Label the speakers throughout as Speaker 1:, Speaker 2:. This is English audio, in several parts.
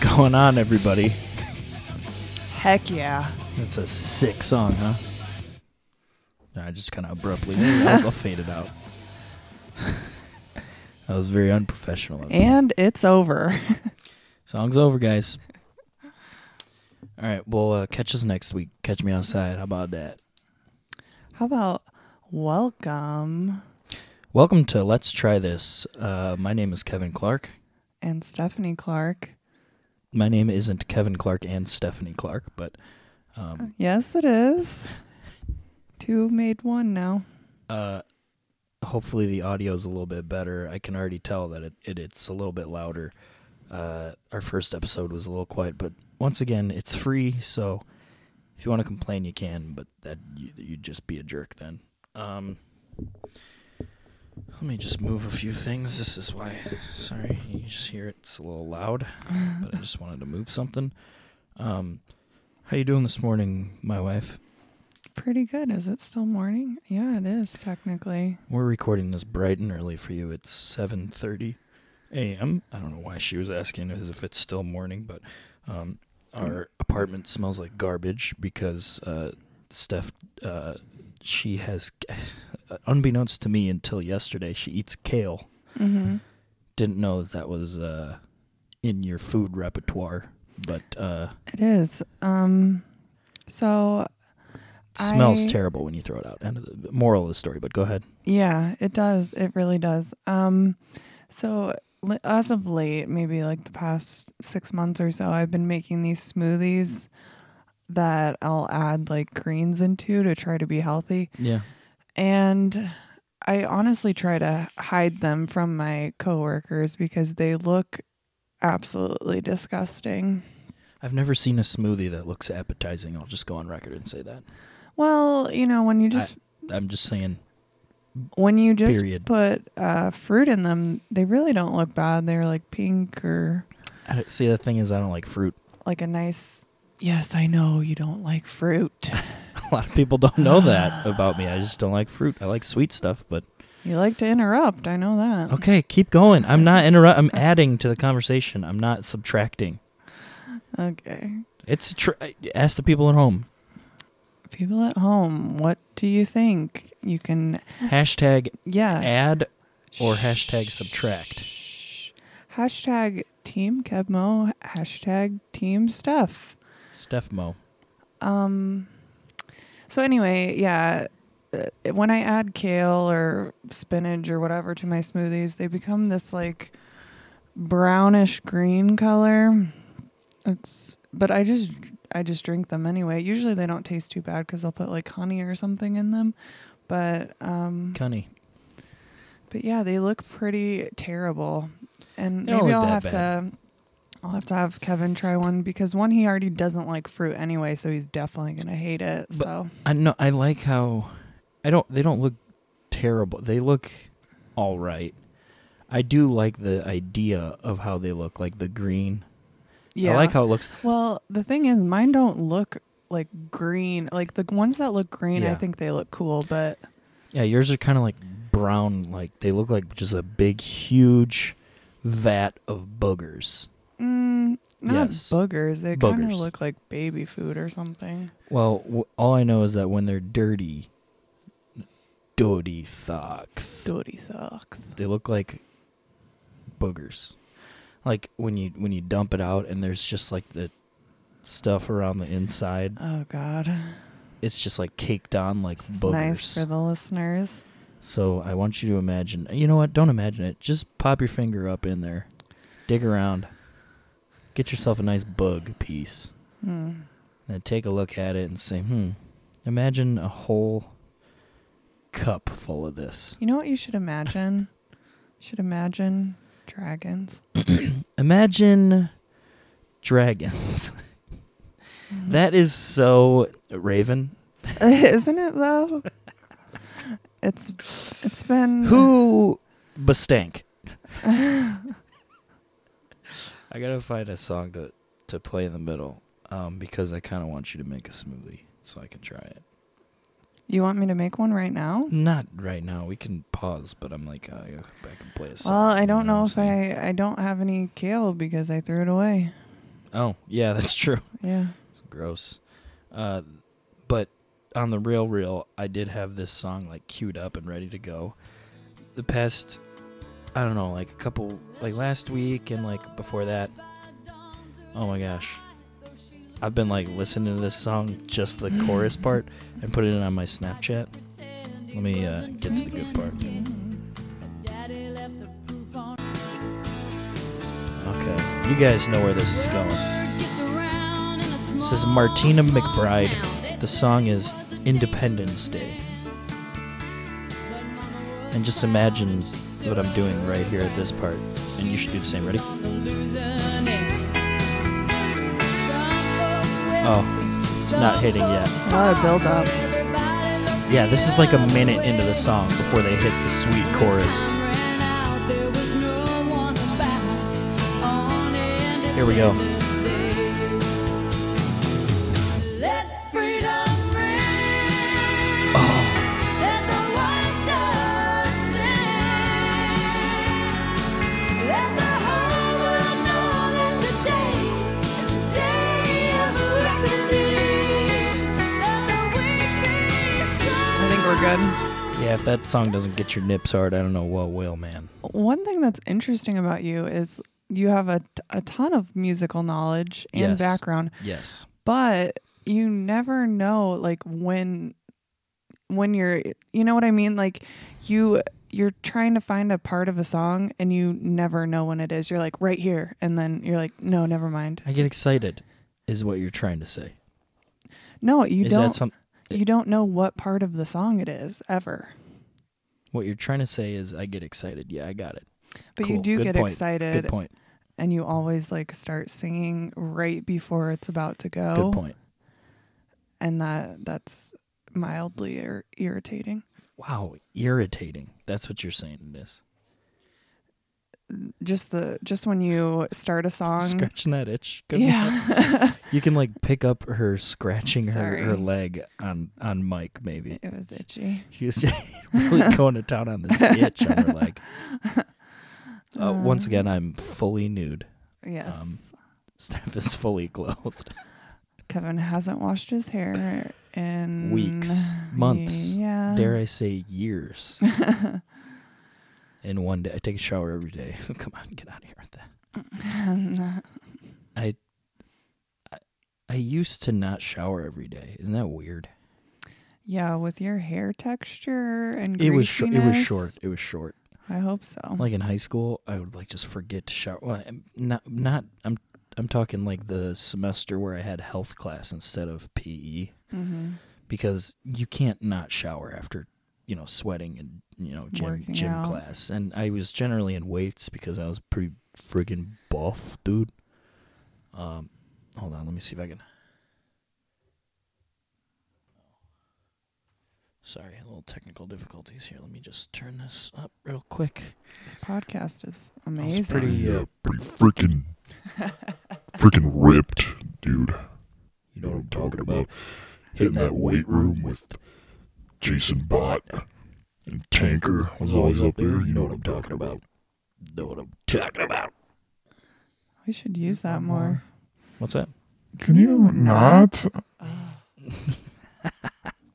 Speaker 1: going on, everybody?
Speaker 2: Heck yeah.
Speaker 1: It's a sick song, huh? No, I just kind of abruptly I'll, I'll fade it out. that was very unprofessional. of me.
Speaker 2: And it's over.
Speaker 1: Song's over, guys. All right, well, uh, catch us next week. Catch me outside. How about that?
Speaker 2: How about welcome
Speaker 1: Welcome to Let's Try This. Uh, my name is Kevin Clark.
Speaker 2: and Stephanie Clark?
Speaker 1: My name isn't Kevin Clark and Stephanie Clark, but um,
Speaker 2: Yes, it is. Two made one now.
Speaker 1: uh, hopefully the audio is a little bit better. I can already tell that it, it it's a little bit louder. Uh, our first episode was a little quiet, but once again, it's free, so if you want to complain, you can. But that you, you'd just be a jerk then. Um, let me just move a few things. This is why. Sorry, you just hear it. It's a little loud, but I just wanted to move something. Um, how you doing this morning, my wife?
Speaker 2: Pretty good. Is it still morning? Yeah, it is technically.
Speaker 1: We're recording this bright and early for you. It's 7:30 a.m. I don't know why she was asking as if it's still morning, but um, our apartment smells like garbage because uh, Steph, uh, she has, unbeknownst to me until yesterday, she eats kale.
Speaker 2: Mm-hmm.
Speaker 1: Didn't know that, that was uh, in your food repertoire, but uh,
Speaker 2: It is. Um, so
Speaker 1: smells
Speaker 2: I-
Speaker 1: terrible when you throw it out. End of the moral of the story. But go ahead.
Speaker 2: Yeah, it does. It really does. Um, so li- as of late, maybe like the past six months or so, I've been making these smoothies that I'll add like greens into to try to be healthy.
Speaker 1: Yeah.
Speaker 2: And I honestly try to hide them from my coworkers because they look absolutely disgusting.
Speaker 1: I've never seen a smoothie that looks appetizing. I'll just go on record and say that.
Speaker 2: Well, you know, when you just
Speaker 1: I'm just saying.
Speaker 2: when you just
Speaker 1: Period.
Speaker 2: put uh, fruit in them, they really don't look bad. They're like pink or
Speaker 1: I don't, see, the thing is, I don't like fruit.
Speaker 2: like a nice yes i know you don't like fruit
Speaker 1: A lot of people don't know that about me. I just don't like fruit. I like sweet stuff, but
Speaker 2: you like to interrupt i know that
Speaker 1: okay, keep going. I'm not interrupt. I'm adding to the conversation. I'm not subtracting.
Speaker 2: okay
Speaker 1: It's tr- ask the people at home.
Speaker 2: people at home what do you think you can
Speaker 1: Hashtag
Speaker 2: yeah
Speaker 1: add or hashtag subtract.
Speaker 2: Shh. hashtag team kebmo hashtag team stuff
Speaker 1: Steph Mo.
Speaker 2: Um. So anyway, yeah, uh, when I add kale or spinach or whatever to my smoothies, they become this like brownish green color. It's but I just I just drink them anyway. Usually they don't taste too bad because I'll put like honey or something in them. But um,
Speaker 1: Cunny.
Speaker 2: but yeah, they look pretty terrible. And
Speaker 1: They don't
Speaker 2: maybe
Speaker 1: look
Speaker 2: I'll
Speaker 1: that
Speaker 2: have
Speaker 1: bad.
Speaker 2: to I'll have to have Kevin try one because one he already doesn't like fruit anyway, so he's definitely gonna hate it.
Speaker 1: But-
Speaker 2: so
Speaker 1: I know. I like how I don't. They don't look terrible. They look all right. I do like the idea of how they look, like the green.
Speaker 2: yeah.
Speaker 1: I like how it looks.
Speaker 2: well, the thing is mine don't look like green. Like the ones that look green, I
Speaker 1: Yeah.
Speaker 2: think they look cool, but
Speaker 1: Yeah, yours are kind of like brown. Like they look like just a big, huge vat of boogers.
Speaker 2: mm, not
Speaker 1: Yes.
Speaker 2: boogers. They kind of
Speaker 1: Boogers.
Speaker 2: look like baby food or something.
Speaker 1: Well, w- all I know is that when they're dirty, dirty socks,
Speaker 2: Dirty socks.
Speaker 1: they look like boogers. Like when you when you dump it out and there's just like the stuff around the inside,
Speaker 2: Oh God.
Speaker 1: it's just like caked on like
Speaker 2: This is
Speaker 1: boogers.
Speaker 2: nice for the listeners.
Speaker 1: So I want you to imagine. You know what? Don't imagine it. Just pop your finger up in there, dig around, get yourself a nice bug piece,
Speaker 2: Mm.
Speaker 1: and then take a look at it and say, "Hmm." Imagine a whole cup full of this.
Speaker 2: You know what you should imagine? You should imagine dragons.
Speaker 1: Imagine dragons. that is so Raven.
Speaker 2: Isn't it though? It's it's been
Speaker 1: Who bestank? I gotta find a song to to play in the middle, um, because I kind of want you to make a smoothie so I can try it.
Speaker 2: you want me to make one right now?
Speaker 1: Not right now. We can pause, but I'm like, uh, I gotta go back and play a song.
Speaker 2: Well, I
Speaker 1: you
Speaker 2: don't know
Speaker 1: what
Speaker 2: if
Speaker 1: I'm saying?
Speaker 2: I I don't have any kale because I threw it away.
Speaker 1: Oh, yeah, that's true.
Speaker 2: Yeah.
Speaker 1: It's gross. Uh, but on the real real, I did have this song like queued up and ready to go. The past, I don't know, like a couple, like last week and like before that. Oh my gosh, I've been like listening to this song, just the chorus part, and put it on my Snapchat. Let me uh, get to the good part. Okay, you guys know where this is going.
Speaker 3: This is Martina McBride.
Speaker 1: The song is Independence Day. And just imagine what I'm doing right here at this part. And you should do the same. Ready? Oh, it's not hitting yet.
Speaker 2: A lot of build up.
Speaker 1: Yeah, this is like a minute into the song before they hit the sweet chorus. Here we go.
Speaker 2: I think we're good.
Speaker 1: Yeah, if that song doesn't get your nips hard, I don't know what will, man.
Speaker 2: One thing that's interesting about you is you have a, t- a ton of musical knowledge and
Speaker 1: Yes.
Speaker 2: background,
Speaker 1: Yes.
Speaker 2: but you never know like when when you're you know what I mean? Like you you're trying to find a part of a song and you never know when it is. You're like right here and then you're like no, never mind.
Speaker 1: I get excited, is what you're trying to say.
Speaker 2: No, you
Speaker 1: is
Speaker 2: don't
Speaker 1: that some,
Speaker 2: you don't know what part of the song it is ever.
Speaker 1: what you're trying to say? Is I get excited. Yeah, I got it.
Speaker 2: But you
Speaker 1: Cool.
Speaker 2: do
Speaker 1: Good
Speaker 2: get
Speaker 1: point. Good
Speaker 2: excited
Speaker 1: point.
Speaker 2: and you always like start singing right before it's about to go.
Speaker 1: Good point.
Speaker 2: And that that's mildly ir- irritating.
Speaker 1: Wow, irritating. That's what you're saying it is.
Speaker 2: Just the just when you start a song.
Speaker 1: Scratching that itch. Good one.
Speaker 2: yeah.
Speaker 1: You can like pick up her scratching her, her
Speaker 2: Sorry.
Speaker 1: leg on on mic maybe.
Speaker 2: it was itchy.
Speaker 1: She was really going to town on this itch on her leg. Uh,
Speaker 2: Um.
Speaker 1: once again, I'm fully nude.
Speaker 2: Yes.
Speaker 1: Um, Steph is fully clothed.
Speaker 2: Kevin hasn't washed his hair in
Speaker 1: Weeks, months,
Speaker 2: Yeah.
Speaker 1: Dare I say years? In one day, I take a shower every day. Come on, get out of here with that. I, I, I used to not shower every day. Isn't that weird?
Speaker 2: yeah, with your hair texture and
Speaker 1: It was sh- it was
Speaker 2: greasiness,
Speaker 1: short. It was short.
Speaker 2: I hope so.
Speaker 1: Like in high school, I would like just forget to shower. Well, I'm not not I'm I'm talking like the semester where I had health class instead of E. PE.
Speaker 2: hmm
Speaker 1: because you can't not shower after you know sweating and you know gym
Speaker 2: Working
Speaker 1: gym
Speaker 2: out.
Speaker 1: class and i was generally in weights because i was pretty friggin buff dude um hold on let me see if i can sorry a little technical difficulties here let me just turn this up real quick
Speaker 2: This podcast is
Speaker 1: I
Speaker 2: amazing.
Speaker 1: was pretty uh,
Speaker 4: pretty freaking freaking ripped, dude.
Speaker 1: you know what
Speaker 4: what I'm
Speaker 1: i'm talking
Speaker 4: talking
Speaker 1: about
Speaker 4: about. Hitting that weight room with Jason Bott and Tanker was always up there. You know what I'm talking about.
Speaker 1: know what i'm talking about
Speaker 2: we should use that more.
Speaker 1: what's that
Speaker 4: Can you not?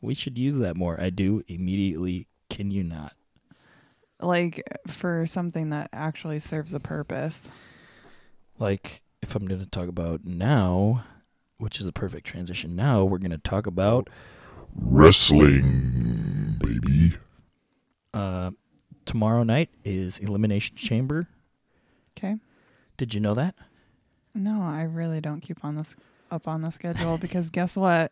Speaker 1: we should use that more i do immediately can you not
Speaker 2: Like for something that actually serves a purpose.
Speaker 1: like if I'm going to talk about now, which is the perfect transition. Now we're going to talk about
Speaker 4: Wrestling, baby.
Speaker 1: uh, tomorrow night is Elimination Chamber.
Speaker 2: Okay.
Speaker 1: Did you know that?
Speaker 2: No, I really don't keep on this up on the schedule because guess what?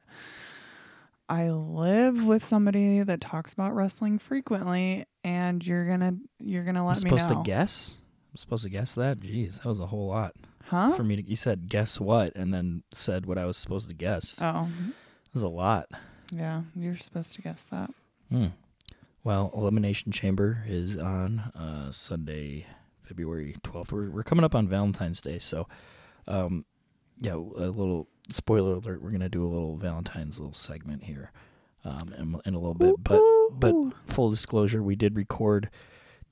Speaker 2: I live with somebody that talks about wrestling frequently, and you're gonna you're gonna let
Speaker 1: I'm
Speaker 2: me
Speaker 1: supposed to
Speaker 2: know,
Speaker 1: guess. I'm supposed to guess that. Jeez, that was a whole lot
Speaker 2: huh?
Speaker 1: for me. To, you said guess what, and then said what I was supposed to guess. That
Speaker 2: Oh,
Speaker 1: was a lot.
Speaker 2: yeah, you're supposed to guess that.
Speaker 1: Hmm. Well, Elimination Chamber is on uh, Sunday, February 12th. We're, we're coming up on Valentine's Day. So, um, yeah, a little spoiler alert. We're going to do a little Valentine's little segment here um, in, in a little bit. But, but
Speaker 2: Ooh.
Speaker 1: full disclosure, we did record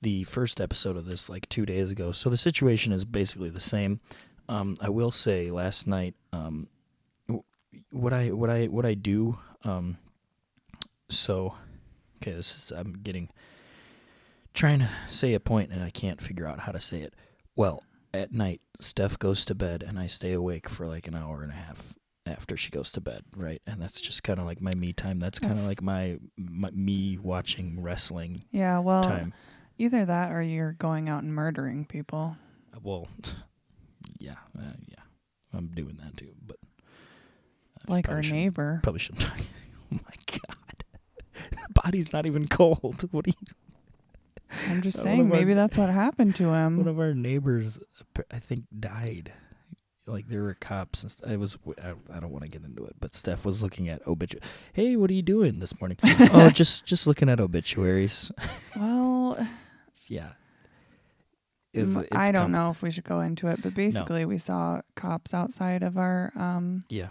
Speaker 1: the first episode of this like two days ago. So the situation is basically the same. Um, I will say, last night, um, w- what I what I what I do. Um, so, okay, this is I'm getting trying to say a point and I can't figure out how to say it. Well, at night, Steph goes to bed and I stay awake for like an hour and a half after she goes to bed, right? And that's just kind of like my me time. That's kind of
Speaker 2: That's-
Speaker 1: like my, my me watching wrestling
Speaker 2: Yeah, well,
Speaker 1: time.
Speaker 2: either that or you're going out and murdering people.
Speaker 1: Uh, Well, yeah, uh, yeah, I'm doing that too, but I
Speaker 2: like
Speaker 1: probably
Speaker 2: our
Speaker 1: shouldn't-
Speaker 2: neighbor.
Speaker 1: Probably shouldn't. talk- oh my god, the body's not even cold. What do you?
Speaker 2: I'm just
Speaker 1: One
Speaker 2: saying,
Speaker 1: of our-
Speaker 2: maybe that's what happened to
Speaker 1: One
Speaker 2: him.
Speaker 1: of our neighbors, ap- I think, died. Like there were cops. And st- I was. w- I, I don't want to get into it, but Steph was looking at obituary. Hey, what are you doing this morning? oh, just just looking at obituaries.
Speaker 2: Well,
Speaker 1: yeah.
Speaker 2: m- I don't
Speaker 1: com-
Speaker 2: know if we should go into it, but basically, we saw cops outside of our um,
Speaker 1: Yeah,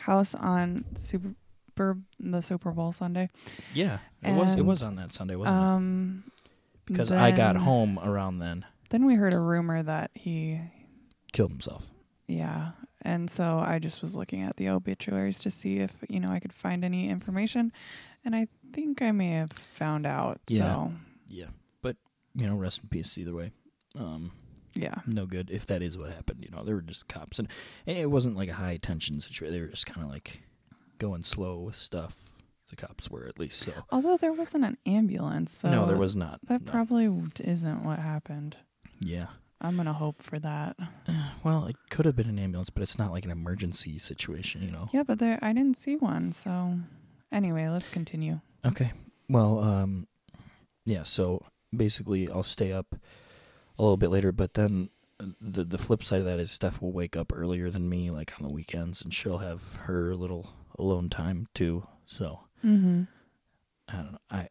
Speaker 2: house on Super the Super Bowl Sunday.
Speaker 1: yeah. It was it
Speaker 2: And,
Speaker 1: was on that Sunday, wasn't it?
Speaker 2: Um,
Speaker 1: Because I got
Speaker 2: then-
Speaker 1: home around then.
Speaker 2: Then we heard a rumor that he,
Speaker 1: Killed himself.
Speaker 2: yeah, and so I just was looking at the obituaries to see if you know I could find any information, and I think I may have found out.
Speaker 1: Yeah.
Speaker 2: So
Speaker 1: Yeah, but you know, rest in peace either way. Um,
Speaker 2: yeah,
Speaker 1: no good if that is what happened. You know, they were just cops, and, and it wasn't like a high tension situation. They were just kind of like going slow with stuff. The cops were at least so.
Speaker 2: although there wasn't an ambulance, so
Speaker 1: no, there was not.
Speaker 2: That
Speaker 1: no.
Speaker 2: probably w- isn't what happened.
Speaker 1: Yeah.
Speaker 2: I'm gonna hope for that.
Speaker 1: Well, it could have been an ambulance, but it's not like an emergency situation. You know.
Speaker 2: Yeah, but there I didn't see one. So anyway, let's continue.
Speaker 1: Okay. Well, um, yeah. So basically, I'll stay up a little bit later, but then uh, the the flip side of that is Steph will wake up earlier than me, like on the weekends, and she'll have her little alone time too. So
Speaker 2: Mm-hmm.
Speaker 1: I don't know. I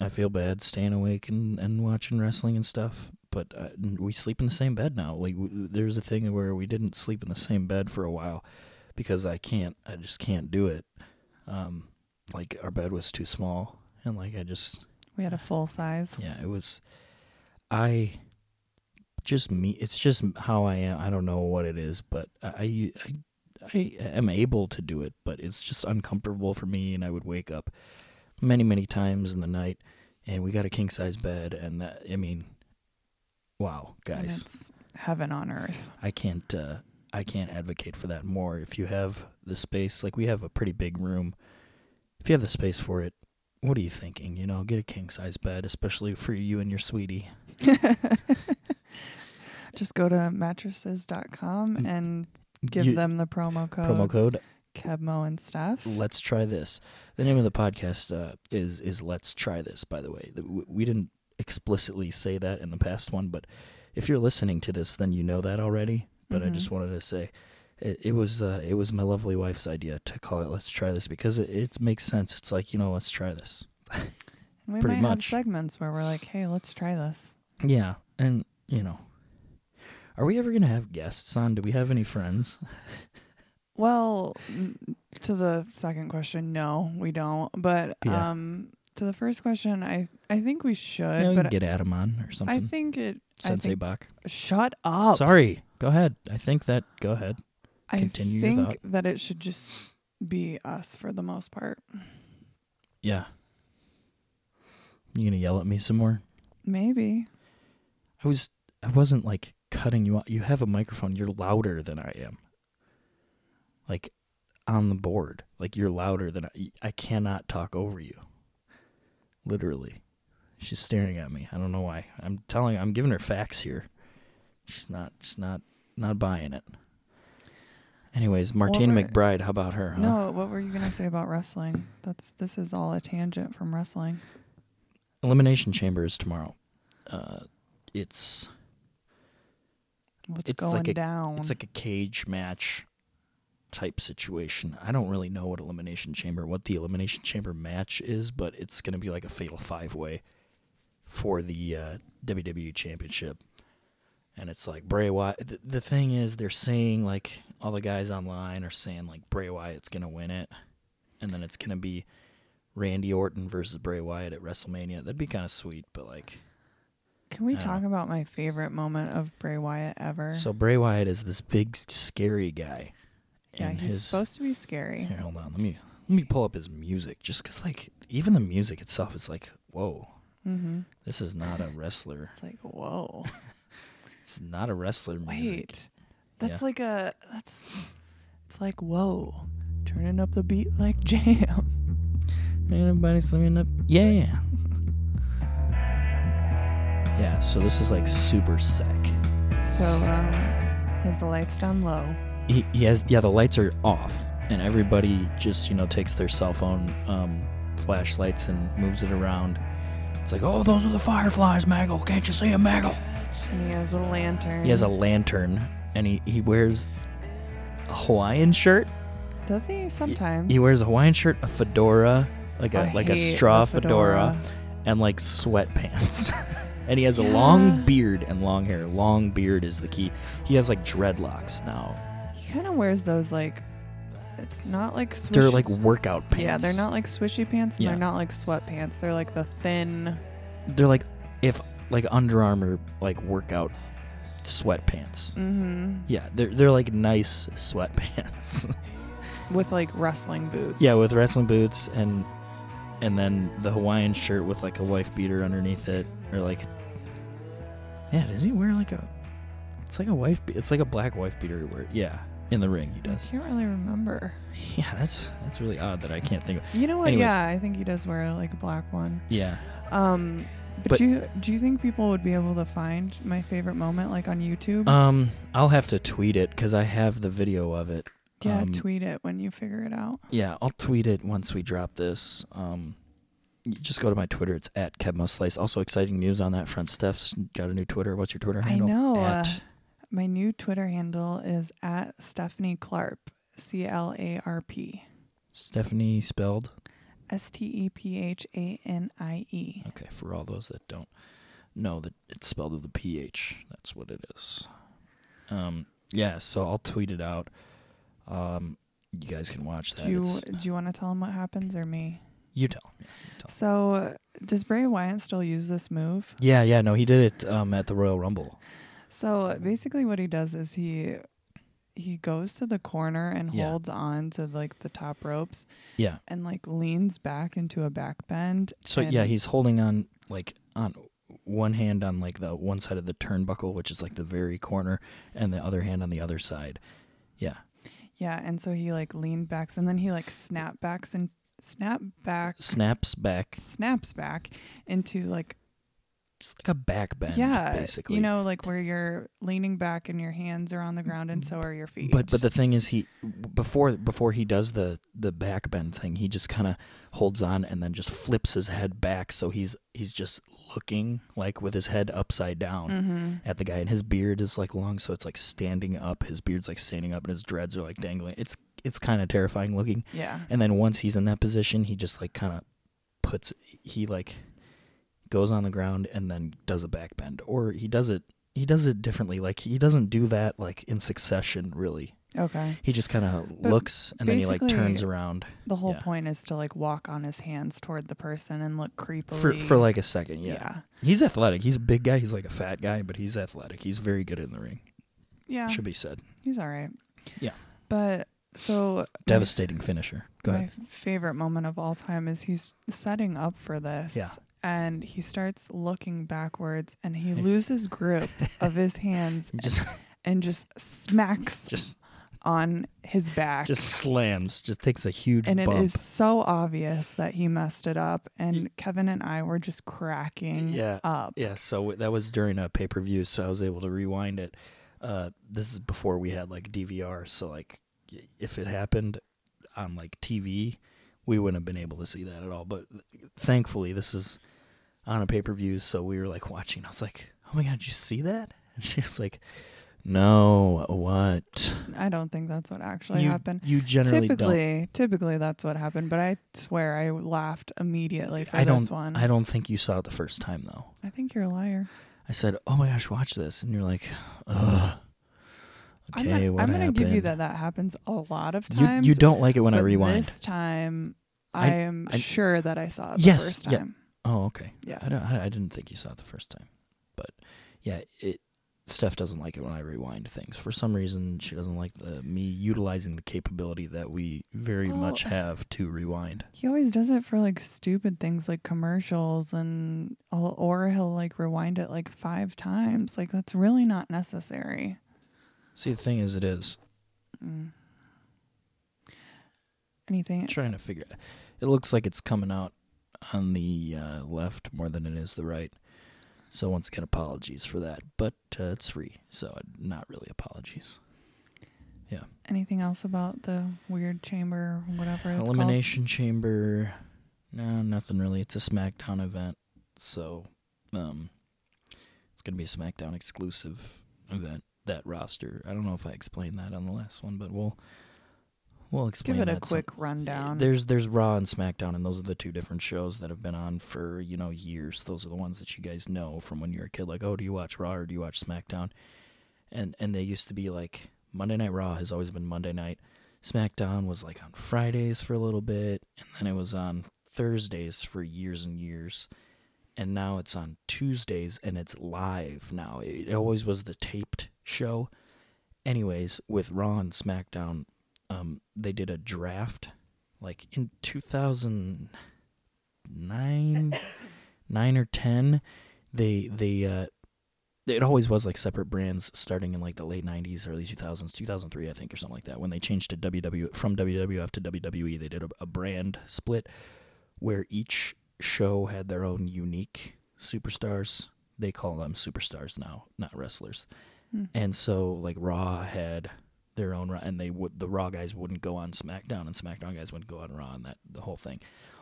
Speaker 1: I feel bad staying awake and, and watching wrestling and stuff, but uh, n- we sleep in the same bed now. Like w- there's a thing where we didn't sleep in the same bed for a while because I can't. I just can't do it. Um, like our bed was too small, and like I just
Speaker 2: We had a full size.
Speaker 1: yeah, it was. I just me. It's just how I am. I don't know what it is, but I I I am able to do it, but it's just uncomfortable for me, and I would wake up many many times in the night, and we got a king size bed, and that I mean, wow,
Speaker 2: and
Speaker 1: guys,
Speaker 2: It's heaven on earth.
Speaker 1: I can't uh, I can't advocate for that more. If you have the space, like we have a pretty big room, if you have the space for it, what are you thinking? You know, get a king size bed, especially for you and your sweetie.
Speaker 2: Just go to mattresses.com
Speaker 1: Mm.
Speaker 2: and give
Speaker 1: You-
Speaker 2: them the promo code,
Speaker 1: promo code.
Speaker 2: Kebmo and stuff.
Speaker 1: Let's try this. The name of the podcast uh, is is Let's Try This. By the way, The- w- we didn't explicitly say that in the past one, but if you're listening to this, then you know that already. But I
Speaker 2: Mhm.
Speaker 1: just wanted to say. It, it was uh, it was my lovely wife's idea to call it "Let's Try This" because it, it makes sense. It's like you know, let's try this.
Speaker 2: we
Speaker 1: pretty
Speaker 2: might have
Speaker 1: much.
Speaker 2: segments where we're like, hey, let's try this.
Speaker 1: Yeah, and you know, are we ever gonna have guests on? Do we have any friends?
Speaker 2: Uh, Well, n- to the second question, no, we don't. But
Speaker 1: Yeah.
Speaker 2: um, to the first question, I I think we should.
Speaker 1: Yeah, we
Speaker 2: but
Speaker 1: can get Adam on or
Speaker 2: I
Speaker 1: something.
Speaker 2: think it.
Speaker 1: Sensei
Speaker 2: I think, Oh.
Speaker 1: Bach.
Speaker 2: shut up.
Speaker 1: Sorry, go ahead. I think that. Go ahead.
Speaker 2: I
Speaker 1: Continue your
Speaker 2: think
Speaker 1: thought.
Speaker 2: that it should just be us for the most part.
Speaker 1: Yeah. You gonna yell at me some more?
Speaker 2: Maybe.
Speaker 1: I was. I wasn't like cutting you off. You have a microphone. You're louder than I am. Like, on the board. Like you're louder than I. I cannot talk over you. Literally, she's staring at me. I don't know why. I'm telling. I'm giving her facts here. She's not. She's not. Not buying it. Anyways, Martina
Speaker 2: were-
Speaker 1: McBride. How about her? Huh?
Speaker 2: No, what were you gonna say about wrestling? That's this is all a tangent from wrestling.
Speaker 1: Elimination Chamber is tomorrow. Uh, it's
Speaker 2: What's
Speaker 1: It's
Speaker 2: going
Speaker 1: like a-
Speaker 2: down?
Speaker 1: It's like a cage match type situation. I don't really know what elimination chamber, what the elimination chamber match is, but it's going to be like a fatal five way for the uh, WWE Championship. And it's like Bray Wyatt. The, the thing is, they're saying like all the guys online are saying like Bray Wyatt's going to win it, and then it's going to be Randy Orton versus Bray Wyatt at WrestleMania. That'd be kind of sweet, but like
Speaker 2: Can we
Speaker 1: I don't
Speaker 2: talk about my favorite moment of Bray Wyatt ever?
Speaker 1: uh, So Bray Wyatt is this big s- scary guy.
Speaker 2: yeah,
Speaker 1: and
Speaker 2: he's
Speaker 1: his,
Speaker 2: supposed to be scary.
Speaker 1: Here, hold on. Let me let me pull up his music just cuz like even the music itself is like, "Whoa.
Speaker 2: Mm-hmm.
Speaker 1: This is not a wrestler.
Speaker 2: It's like, whoa,
Speaker 1: It's not a wrestler music."
Speaker 2: wait, that's
Speaker 1: Yeah.
Speaker 2: like a that's it's like whoa, turning up the beat like jam.
Speaker 1: Anybody slamming up? Yeah. yeah, so this is like super sick.
Speaker 2: So um, has the lights down low.
Speaker 1: He, he has yeah, the lights are off and everybody just, you know, takes their cell phone um flashlights and moves it around. It's like, "Oh, those are the fireflies, Maggle. Can't you see 'em, Maggle?"
Speaker 2: And he has a lantern.
Speaker 1: He has a lantern and he, he wears a Hawaiian shirt.
Speaker 2: Does he sometimes?
Speaker 1: He wears a Hawaiian shirt, a fedora, like a
Speaker 2: I
Speaker 1: like a
Speaker 2: hate
Speaker 1: straw
Speaker 2: a
Speaker 1: fedora.
Speaker 2: fedora.
Speaker 1: and like sweatpants. and he has a long
Speaker 2: Yeah.
Speaker 1: beard and long hair. Long beard is the key. He has like dreadlocks now.
Speaker 2: He kind of wears those like it's not like swish-
Speaker 1: They're like workout pants.
Speaker 2: yeah, they're not like swishy pants and
Speaker 1: Yeah.
Speaker 2: they're not like sweatpants. They're like the thin
Speaker 1: They're like if like Under Armour like workout sweatpants.
Speaker 2: mhm,
Speaker 1: Yeah, they're they're like nice sweatpants.
Speaker 2: with like wrestling boots.
Speaker 1: yeah, with wrestling boots and and then the Hawaiian shirt with like a wife beater underneath it or like Yeah, does he wear like a it's like a wife be- it's like a black wife beater he wear. Yeah, in the ring he
Speaker 2: I
Speaker 1: does.
Speaker 2: can't really remember.
Speaker 1: Yeah, that's that's really odd that I can't think of.
Speaker 2: You know what?
Speaker 1: Anyways.
Speaker 2: Yeah, I think he does wear like a black one.
Speaker 1: Yeah,
Speaker 2: Um but,
Speaker 1: But-
Speaker 2: do you do you think people would be able to find my favorite moment like on YouTube?
Speaker 1: um, I'll have to tweet it because I have the video of it.
Speaker 2: yeah,
Speaker 1: um,
Speaker 2: tweet it when you figure it out.
Speaker 1: Yeah, I'll tweet it once we drop this. Um, you just go to my Twitter. It's at Kebmo Slice. Also, exciting news on that front. Steph's got a new Twitter. What's your Twitter
Speaker 2: I
Speaker 1: handle?
Speaker 2: know,
Speaker 1: At,
Speaker 2: uh, My new Twitter handle is at Stephanie Clarp, C L A R P.
Speaker 1: Stephanie spelled.
Speaker 2: S T E P H A N I E.
Speaker 1: Okay, for all those that don't know that it's spelled with a ph. That's what it is. Um, yeah. So I'll tweet it out. Um, you guys can watch that.
Speaker 2: Do you
Speaker 1: It's-
Speaker 2: do you want to tell him what happens or me?
Speaker 1: you tell. Yeah, you tell.
Speaker 2: So uh, does Bray Wyatt still use this move?
Speaker 1: Yeah, yeah, no, he did it um, at the Royal Rumble.
Speaker 2: So uh, basically, what he does is he he goes to the corner and
Speaker 1: Yeah.
Speaker 2: holds on to like the top ropes
Speaker 1: Yeah.
Speaker 2: and like leans back into a back bend.
Speaker 1: So
Speaker 2: and
Speaker 1: yeah, he's holding on like on one hand on like the one side of the turnbuckle, which is like the very corner, and the other hand on the other side. Yeah.
Speaker 2: yeah, and so he like leaned backs and then he like snap backs and snap back
Speaker 1: Snaps back.
Speaker 2: snaps back into like
Speaker 1: It's like a back bend
Speaker 2: yeah
Speaker 1: basically.
Speaker 2: you know like where you're leaning back and your hands are on the ground and so are your feet
Speaker 1: But but the thing is he before before he does the the back bend thing, he just kind of holds on and then just flips his head back so he's he's just looking like with his head upside down.
Speaker 2: Mhm.
Speaker 1: at the guy and his beard is like long so it's like standing up his beard's like standing up and his dreads are like dangling it's it's kind of terrifying looking
Speaker 2: yeah
Speaker 1: and then once he's in that position he just like kind of puts he like goes on the ground and then does a back bend or he does it he does it differently like he doesn't do that like in succession really
Speaker 2: okay
Speaker 1: he just kind of
Speaker 2: But
Speaker 1: looks and then he like
Speaker 2: basically,
Speaker 1: turns around
Speaker 2: the whole
Speaker 1: Yeah.
Speaker 2: point is to like walk on his hands toward the person and look creepily
Speaker 1: for for like a second yeah.
Speaker 2: yeah
Speaker 1: he's athletic he's a big guy he's like a fat guy but he's athletic he's very good in the ring
Speaker 2: yeah
Speaker 1: should be said
Speaker 2: he's all right
Speaker 1: Yeah.
Speaker 2: but so
Speaker 1: devastating finisher go
Speaker 2: my
Speaker 1: ahead
Speaker 2: favorite moment of all time is he's setting up for this
Speaker 1: Yeah.
Speaker 2: and he starts looking backwards and he loses grip of his hands
Speaker 1: just
Speaker 2: and just smacks
Speaker 1: just
Speaker 2: on his back
Speaker 1: just slams, just takes a huge
Speaker 2: and it is
Speaker 1: bump.
Speaker 2: so obvious that he messed it up and kevin and i were just cracking
Speaker 1: Yeah.
Speaker 2: up
Speaker 1: yeah, so that was during a pay per view, so I was able to rewind it. Uh, this is before we had like DVR, so like if it happened on like TV, we wouldn't have been able to see that at all. But thankfully, this is on a pay per view, so we were like watching. I was like, "Oh my god, did you see that?" And she was like, "No, what?"
Speaker 2: i don't think that's what actually
Speaker 1: you,
Speaker 2: happened
Speaker 1: You generally don't.
Speaker 2: typically typically that's what happened but i swear i laughed immediately for
Speaker 1: I
Speaker 2: this
Speaker 1: don't.
Speaker 2: one
Speaker 1: I don't think you saw it the first time though.
Speaker 2: I think you're a liar
Speaker 1: I said, "Oh my gosh, watch this," and you're like, "Ugh."
Speaker 2: i'm
Speaker 1: Okay,
Speaker 2: gonna,
Speaker 1: what
Speaker 2: I'm gonna
Speaker 1: happened?
Speaker 2: give you that that happens a lot of
Speaker 1: You,
Speaker 2: times
Speaker 1: you don't like it when I
Speaker 2: but
Speaker 1: rewind.
Speaker 2: this time
Speaker 1: I-
Speaker 2: i, am
Speaker 1: I-
Speaker 2: sure that i saw it the
Speaker 1: Yes,
Speaker 2: first
Speaker 1: yeah.
Speaker 2: time
Speaker 1: Oh, okay.
Speaker 2: yeah,
Speaker 1: I don't. I, I didn't think you saw it the first time. But yeah, it Steph doesn't like it when I rewind things. For some reason, she doesn't like the me utilizing the capability that we very
Speaker 2: Well, uh,
Speaker 1: much have to rewind.
Speaker 2: He always does it for like stupid things like commercials and or or he'll like rewind it like five times. Like that's really not necessary.
Speaker 1: See, the thing is, it is
Speaker 2: Mm. Anything?
Speaker 1: trying to figure. It looks like it's coming out on the uh, left more than it is the right. So once again, apologies for that, but uh, it's free, so not really apologies.
Speaker 2: Anything else about the weird chamber, or whatever it's
Speaker 1: Elimination Chamber. No, nothing really. It's a SmackDown event, so um, it's gonna be a SmackDown exclusive event. That roster. I don't know if I explained that on the last one, but we'll we'll
Speaker 2: called?
Speaker 1: explain.
Speaker 2: Give it a
Speaker 1: that some-
Speaker 2: quick rundown.
Speaker 1: There's there's Raw and SmackDown, and those are the two different shows that have been on for you know years. Those are the ones that you guys know from when you were a kid. Like, oh, do you watch Raw or do you watch SmackDown? And and they used to be like Monday Night Raw has always been Monday night. SmackDown was like on Fridays for a little bit, and then it was on Thursdays for years and years. And now it's on Tuesdays and it's live now. It it always was the taped show. Anyways, with Raw and SmackDown, um, they did a draft like in 2009 9 or 10 they they uh it always was like separate brands starting in like the late 90s early 2000s 2003 i think or something like that when they changed to ww from wwf to wwe they did a, a brand split where each show had their own unique superstars they call them superstars now not wrestlers
Speaker 2: Hmm.
Speaker 1: and so like raw had their own Raw, and they would the Raw guys wouldn't go on SmackDown, and SmackDown guys wouldn't go on Raw, and that the whole thing.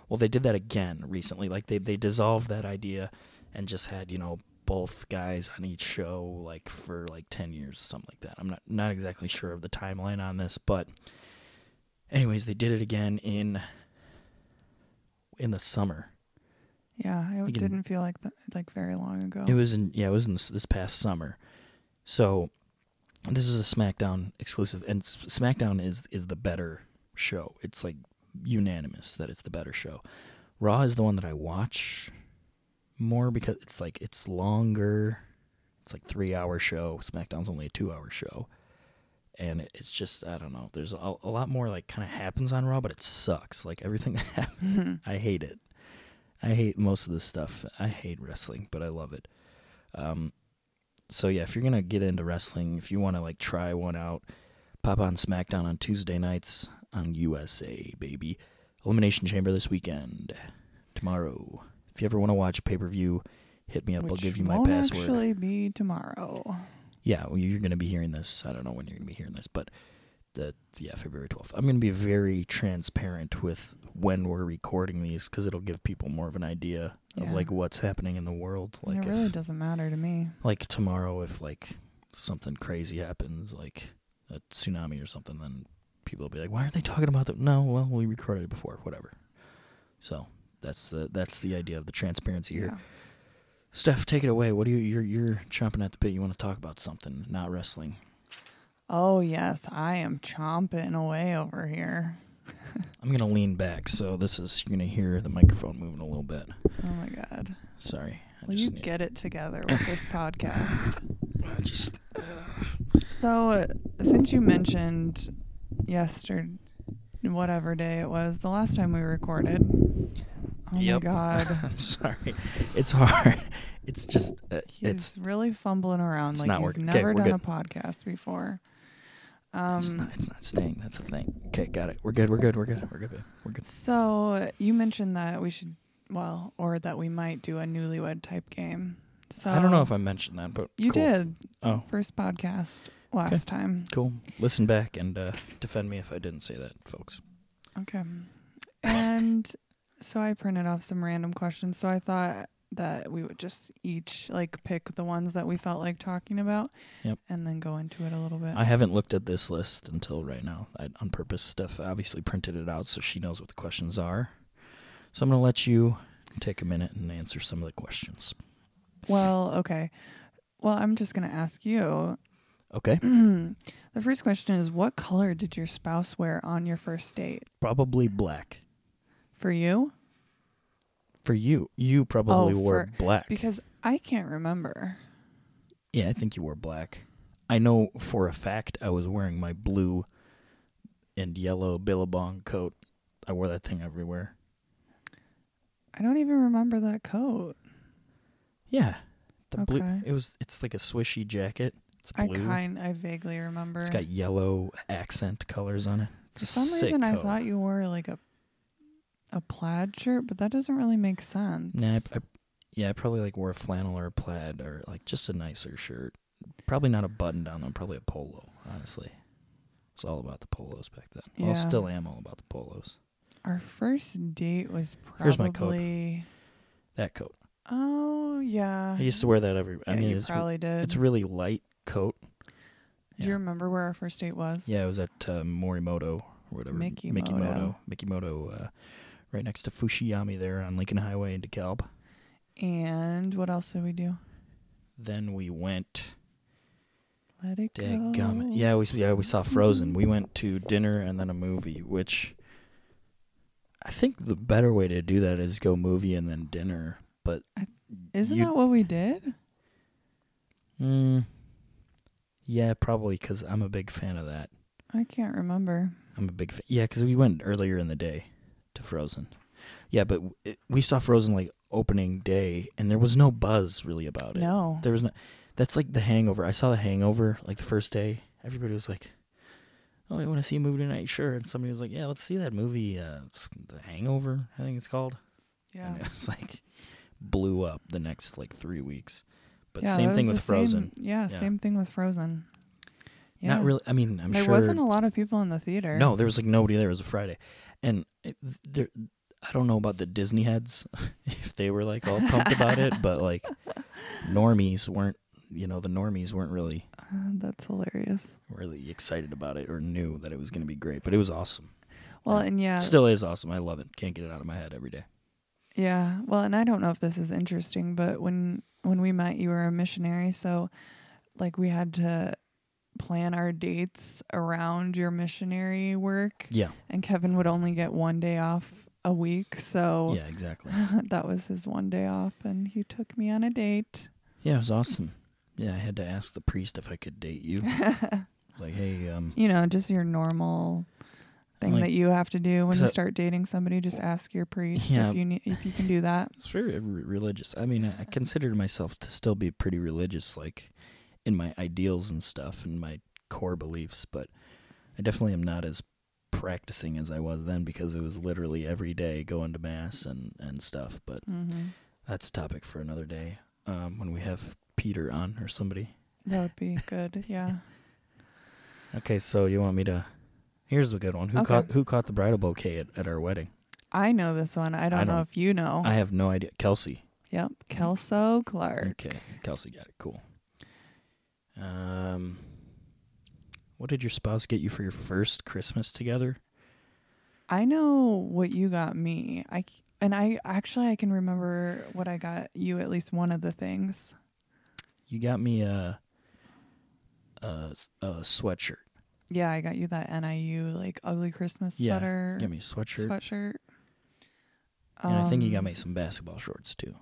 Speaker 1: Well, they did that again recently. Like they they dissolved that idea and just had you know both guys on each show like for like ten years, something like that. I'm not not exactly sure of the timeline on this, but anyways, they did it again in in the summer.
Speaker 2: yeah,
Speaker 1: you
Speaker 2: it
Speaker 1: can-
Speaker 2: didn't feel like that like very long ago.
Speaker 1: It was in yeah, it was in this, this past summer. So this is a SmackDown exclusive, and S- SmackDown is is the better show. It's like unanimous that it's the better show. Raw is the one that I watch more because it's like it's longer. It's like three hour show. SmackDown's only a two hour show, and it- it's just I don't know. There's a, a lot more like kind of happens on Raw, but it sucks. Like everything that happens. I hate it. I hate most of this stuff. I hate wrestling, but I love it. Um, so yeah, if you're gonna get into wrestling, if you want to like try one out, pop on SmackDown on Tuesday nights on USA, baby. Elimination Chamber this weekend, tomorrow. If you ever want to watch a pay per view, hit me up.
Speaker 2: Which
Speaker 1: I'll give you my
Speaker 2: won't
Speaker 1: password.
Speaker 2: actually be tomorrow.
Speaker 1: Yeah, well, you're going to be hearing this. I don't know when you're going to be hearing this, but the yeah, February 12th. I'm going to be very transparent with when we're recording these cuz it'll give people more of an idea of
Speaker 2: Yeah.
Speaker 1: like what's happening in the world
Speaker 2: And
Speaker 1: like
Speaker 2: it really
Speaker 1: if,
Speaker 2: doesn't matter to me.
Speaker 1: like tomorrow if like something crazy happens like a tsunami or something then people will be like why aren't they talking about that? No, well, we recorded it before, whatever. So, that's the that's the idea of the transparency here.
Speaker 2: Yeah.
Speaker 1: Steph, take it away. What do you you're you're chomping at the bit. You want to talk about something, not wrestling.
Speaker 2: Oh yes, I am chomping away over here.
Speaker 1: I'm gonna lean back, so this is you're gonna hear the microphone moving a little bit.
Speaker 2: Oh my god.
Speaker 1: Sorry, I
Speaker 2: Will
Speaker 1: just
Speaker 2: you
Speaker 1: need-
Speaker 2: get it together with this podcast?
Speaker 1: I just
Speaker 2: So, uh, since you mentioned yesterday, whatever day it was, the last time we recorded. Oh
Speaker 1: Yep.
Speaker 2: my god.
Speaker 1: I'm sorry. It's hard. It's just uh,
Speaker 2: He's
Speaker 1: it's
Speaker 2: really fumbling around
Speaker 1: it's
Speaker 2: like
Speaker 1: not
Speaker 2: he's
Speaker 1: working. Okay,
Speaker 2: never
Speaker 1: we're
Speaker 2: done
Speaker 1: good.
Speaker 2: a podcast before.
Speaker 1: it's
Speaker 2: Um
Speaker 1: not it's not staying. That's the thing. Okay, got it. We're good. We're good. We're good. We're good. Babe. We're good.
Speaker 2: so you mentioned that we should well, or that we might do a newlywed type game. So
Speaker 1: I don't know if I mentioned that, but
Speaker 2: you
Speaker 1: cool.
Speaker 2: did
Speaker 1: Oh,
Speaker 2: first podcast last time.
Speaker 1: cool. Listen back and uh, defend me if I didn't say that, folks.
Speaker 2: Okay. And so I printed off some random questions. So I thought that we would just each like pick the ones that we felt like talking about
Speaker 1: Yep.
Speaker 2: and then go into it a little bit.
Speaker 1: I haven't looked at this list until right now. I, on purpose, Steph obviously printed it out so she knows what the questions are. So I'm going to let you take a minute and answer some of the questions.
Speaker 2: well, okay. Well, I'm just going to ask you.
Speaker 1: Okay.
Speaker 2: the first question is what color did your spouse wear on your first date?
Speaker 1: Probably black.
Speaker 2: For you?
Speaker 1: For you, you probably
Speaker 2: Oh,
Speaker 1: wore
Speaker 2: for-
Speaker 1: black.
Speaker 2: Because I can't remember.
Speaker 1: Yeah, I think you wore black. I know for a fact I was wearing my blue and yellow Billabong coat. I wore that thing everywhere.
Speaker 2: I don't even remember that coat.
Speaker 1: Yeah. The blue
Speaker 2: Okay.
Speaker 1: it was it's like a swishy jacket. It's
Speaker 2: I
Speaker 1: blue.
Speaker 2: kind I vaguely remember.
Speaker 1: it's got yellow accent colors on it. It's
Speaker 2: For
Speaker 1: a
Speaker 2: some
Speaker 1: sick
Speaker 2: reason, I
Speaker 1: coat.
Speaker 2: thought you wore like a a plaid shirt, but that doesn't really make sense.
Speaker 1: Nah, I, I- yeah, I probably like wore a flannel or a plaid or like just a nicer shirt. Probably not a button down though. Probably a polo. Honestly, it's all about the polos back then. Well, I
Speaker 2: Yeah.
Speaker 1: still am all about the polos.
Speaker 2: Our first date was
Speaker 1: Here's my coat.
Speaker 2: probably.
Speaker 1: That coat.
Speaker 2: Oh yeah.
Speaker 1: I used to wear that every. I
Speaker 2: Yeah,
Speaker 1: mean,
Speaker 2: you
Speaker 1: it's
Speaker 2: probably did.
Speaker 1: it's a really light coat.
Speaker 2: Do you remember where our first date was?
Speaker 1: Yeah, it was at uh, Morimoto or whatever.
Speaker 2: Mikimoto.
Speaker 1: Mikimoto. Mikimoto, uh, right next to Fushiyami there on Lincoln Highway in DeKalb.
Speaker 2: And what else did we do?
Speaker 1: Then we went.
Speaker 2: Let it go.
Speaker 1: Dadgummit. Yeah, we yeah we saw Frozen. We went to dinner and then a movie, which I think the better way to do that is go movie and then dinner. But
Speaker 2: Isn't
Speaker 1: you-
Speaker 2: that what we did?
Speaker 1: mm, yeah, probably because I'm a big fan of that.
Speaker 2: I can't remember.
Speaker 1: I'm a big fan. Yeah, because we went earlier in the day to Frozen. Yeah, but w- it, we saw Frozen like opening day, and there was no buzz really about it.
Speaker 2: No.
Speaker 1: There was no. That's like The Hangover. I saw The Hangover like the first day. Everybody was like, "Oh, you want to see a movie tonight?" Sure. And somebody was like, "Yeah, let's see that movie, uh, s- The Hangover." I think it's called.
Speaker 2: Yeah.
Speaker 1: And it was like blew up the next like three weeks. But
Speaker 2: Yeah,
Speaker 1: same
Speaker 2: that
Speaker 1: thing
Speaker 2: was
Speaker 1: with
Speaker 2: the same-
Speaker 1: Frozen.
Speaker 2: yeah,
Speaker 1: Yeah.
Speaker 2: same thing with Frozen. Yeah.
Speaker 1: Not really. I mean, I'm
Speaker 2: there
Speaker 1: sure
Speaker 2: wasn't a lot of people in the theater.
Speaker 1: No, there was like nobody there. It was a Friday, and it, there, I don't know about the Disney heads if they were like all pumped about it, but like normies weren't. You know, the normies weren't really
Speaker 2: Uh, that's hilarious.
Speaker 1: really excited about it or knew that it was going to be great. But it was awesome.
Speaker 2: Well, and yeah,
Speaker 1: Still is awesome. I love it. Can't get it out of my head every day.
Speaker 2: yeah. Well, and I don't know if this is interesting, but when when we met, you were a missionary, so like we had to plan our dates around your missionary work,
Speaker 1: Yeah.
Speaker 2: and Kevin would only get one day off a week, so
Speaker 1: Yeah. Exactly.
Speaker 2: that was his one day off, and he took me on a date.
Speaker 1: Yeah, it was awesome. Yeah, I had to ask the priest if I could date you. like, hey, um,
Speaker 2: You know, just your normal thing
Speaker 1: Like-
Speaker 2: that you have to do when
Speaker 1: 'cause
Speaker 2: you
Speaker 1: I-
Speaker 2: start dating somebody. Just ask your priest
Speaker 1: Yeah.
Speaker 2: if you need, if you can do that.
Speaker 1: It's very re- religious. I mean, I I considered myself to still be pretty religious, like in my ideals and stuff and my core beliefs, but I definitely am not as practicing as I was then because it was literally every day going to mass and, and stuff. But
Speaker 2: Mm-hmm.
Speaker 1: that's a topic for another day um, when we have Peter on or somebody.
Speaker 2: That would be good. Yeah.
Speaker 1: Okay, so you want me to. Here's a good one. Who
Speaker 2: Okay.
Speaker 1: caught who caught the bridal bouquet at, at our wedding?
Speaker 2: I know this one. I don't, know
Speaker 1: don't-
Speaker 2: if you know.
Speaker 1: I have no idea. Kelsey.
Speaker 2: yep. Kelso Clark.
Speaker 1: Okay, Kelsey got it. Cool. Um, what did your spouse get you for your first Christmas together?
Speaker 2: I know what you got me. I c- and I actually I can remember what I got you at least one of the things.
Speaker 1: You got me a a, a sweatshirt.
Speaker 2: Yeah, I got you that NIU like ugly Christmas
Speaker 1: Yeah,
Speaker 2: sweater.
Speaker 1: Give me a sweatshirt,
Speaker 2: sweatshirt.
Speaker 1: and I think you got
Speaker 2: Um,
Speaker 1: me some basketball shorts too.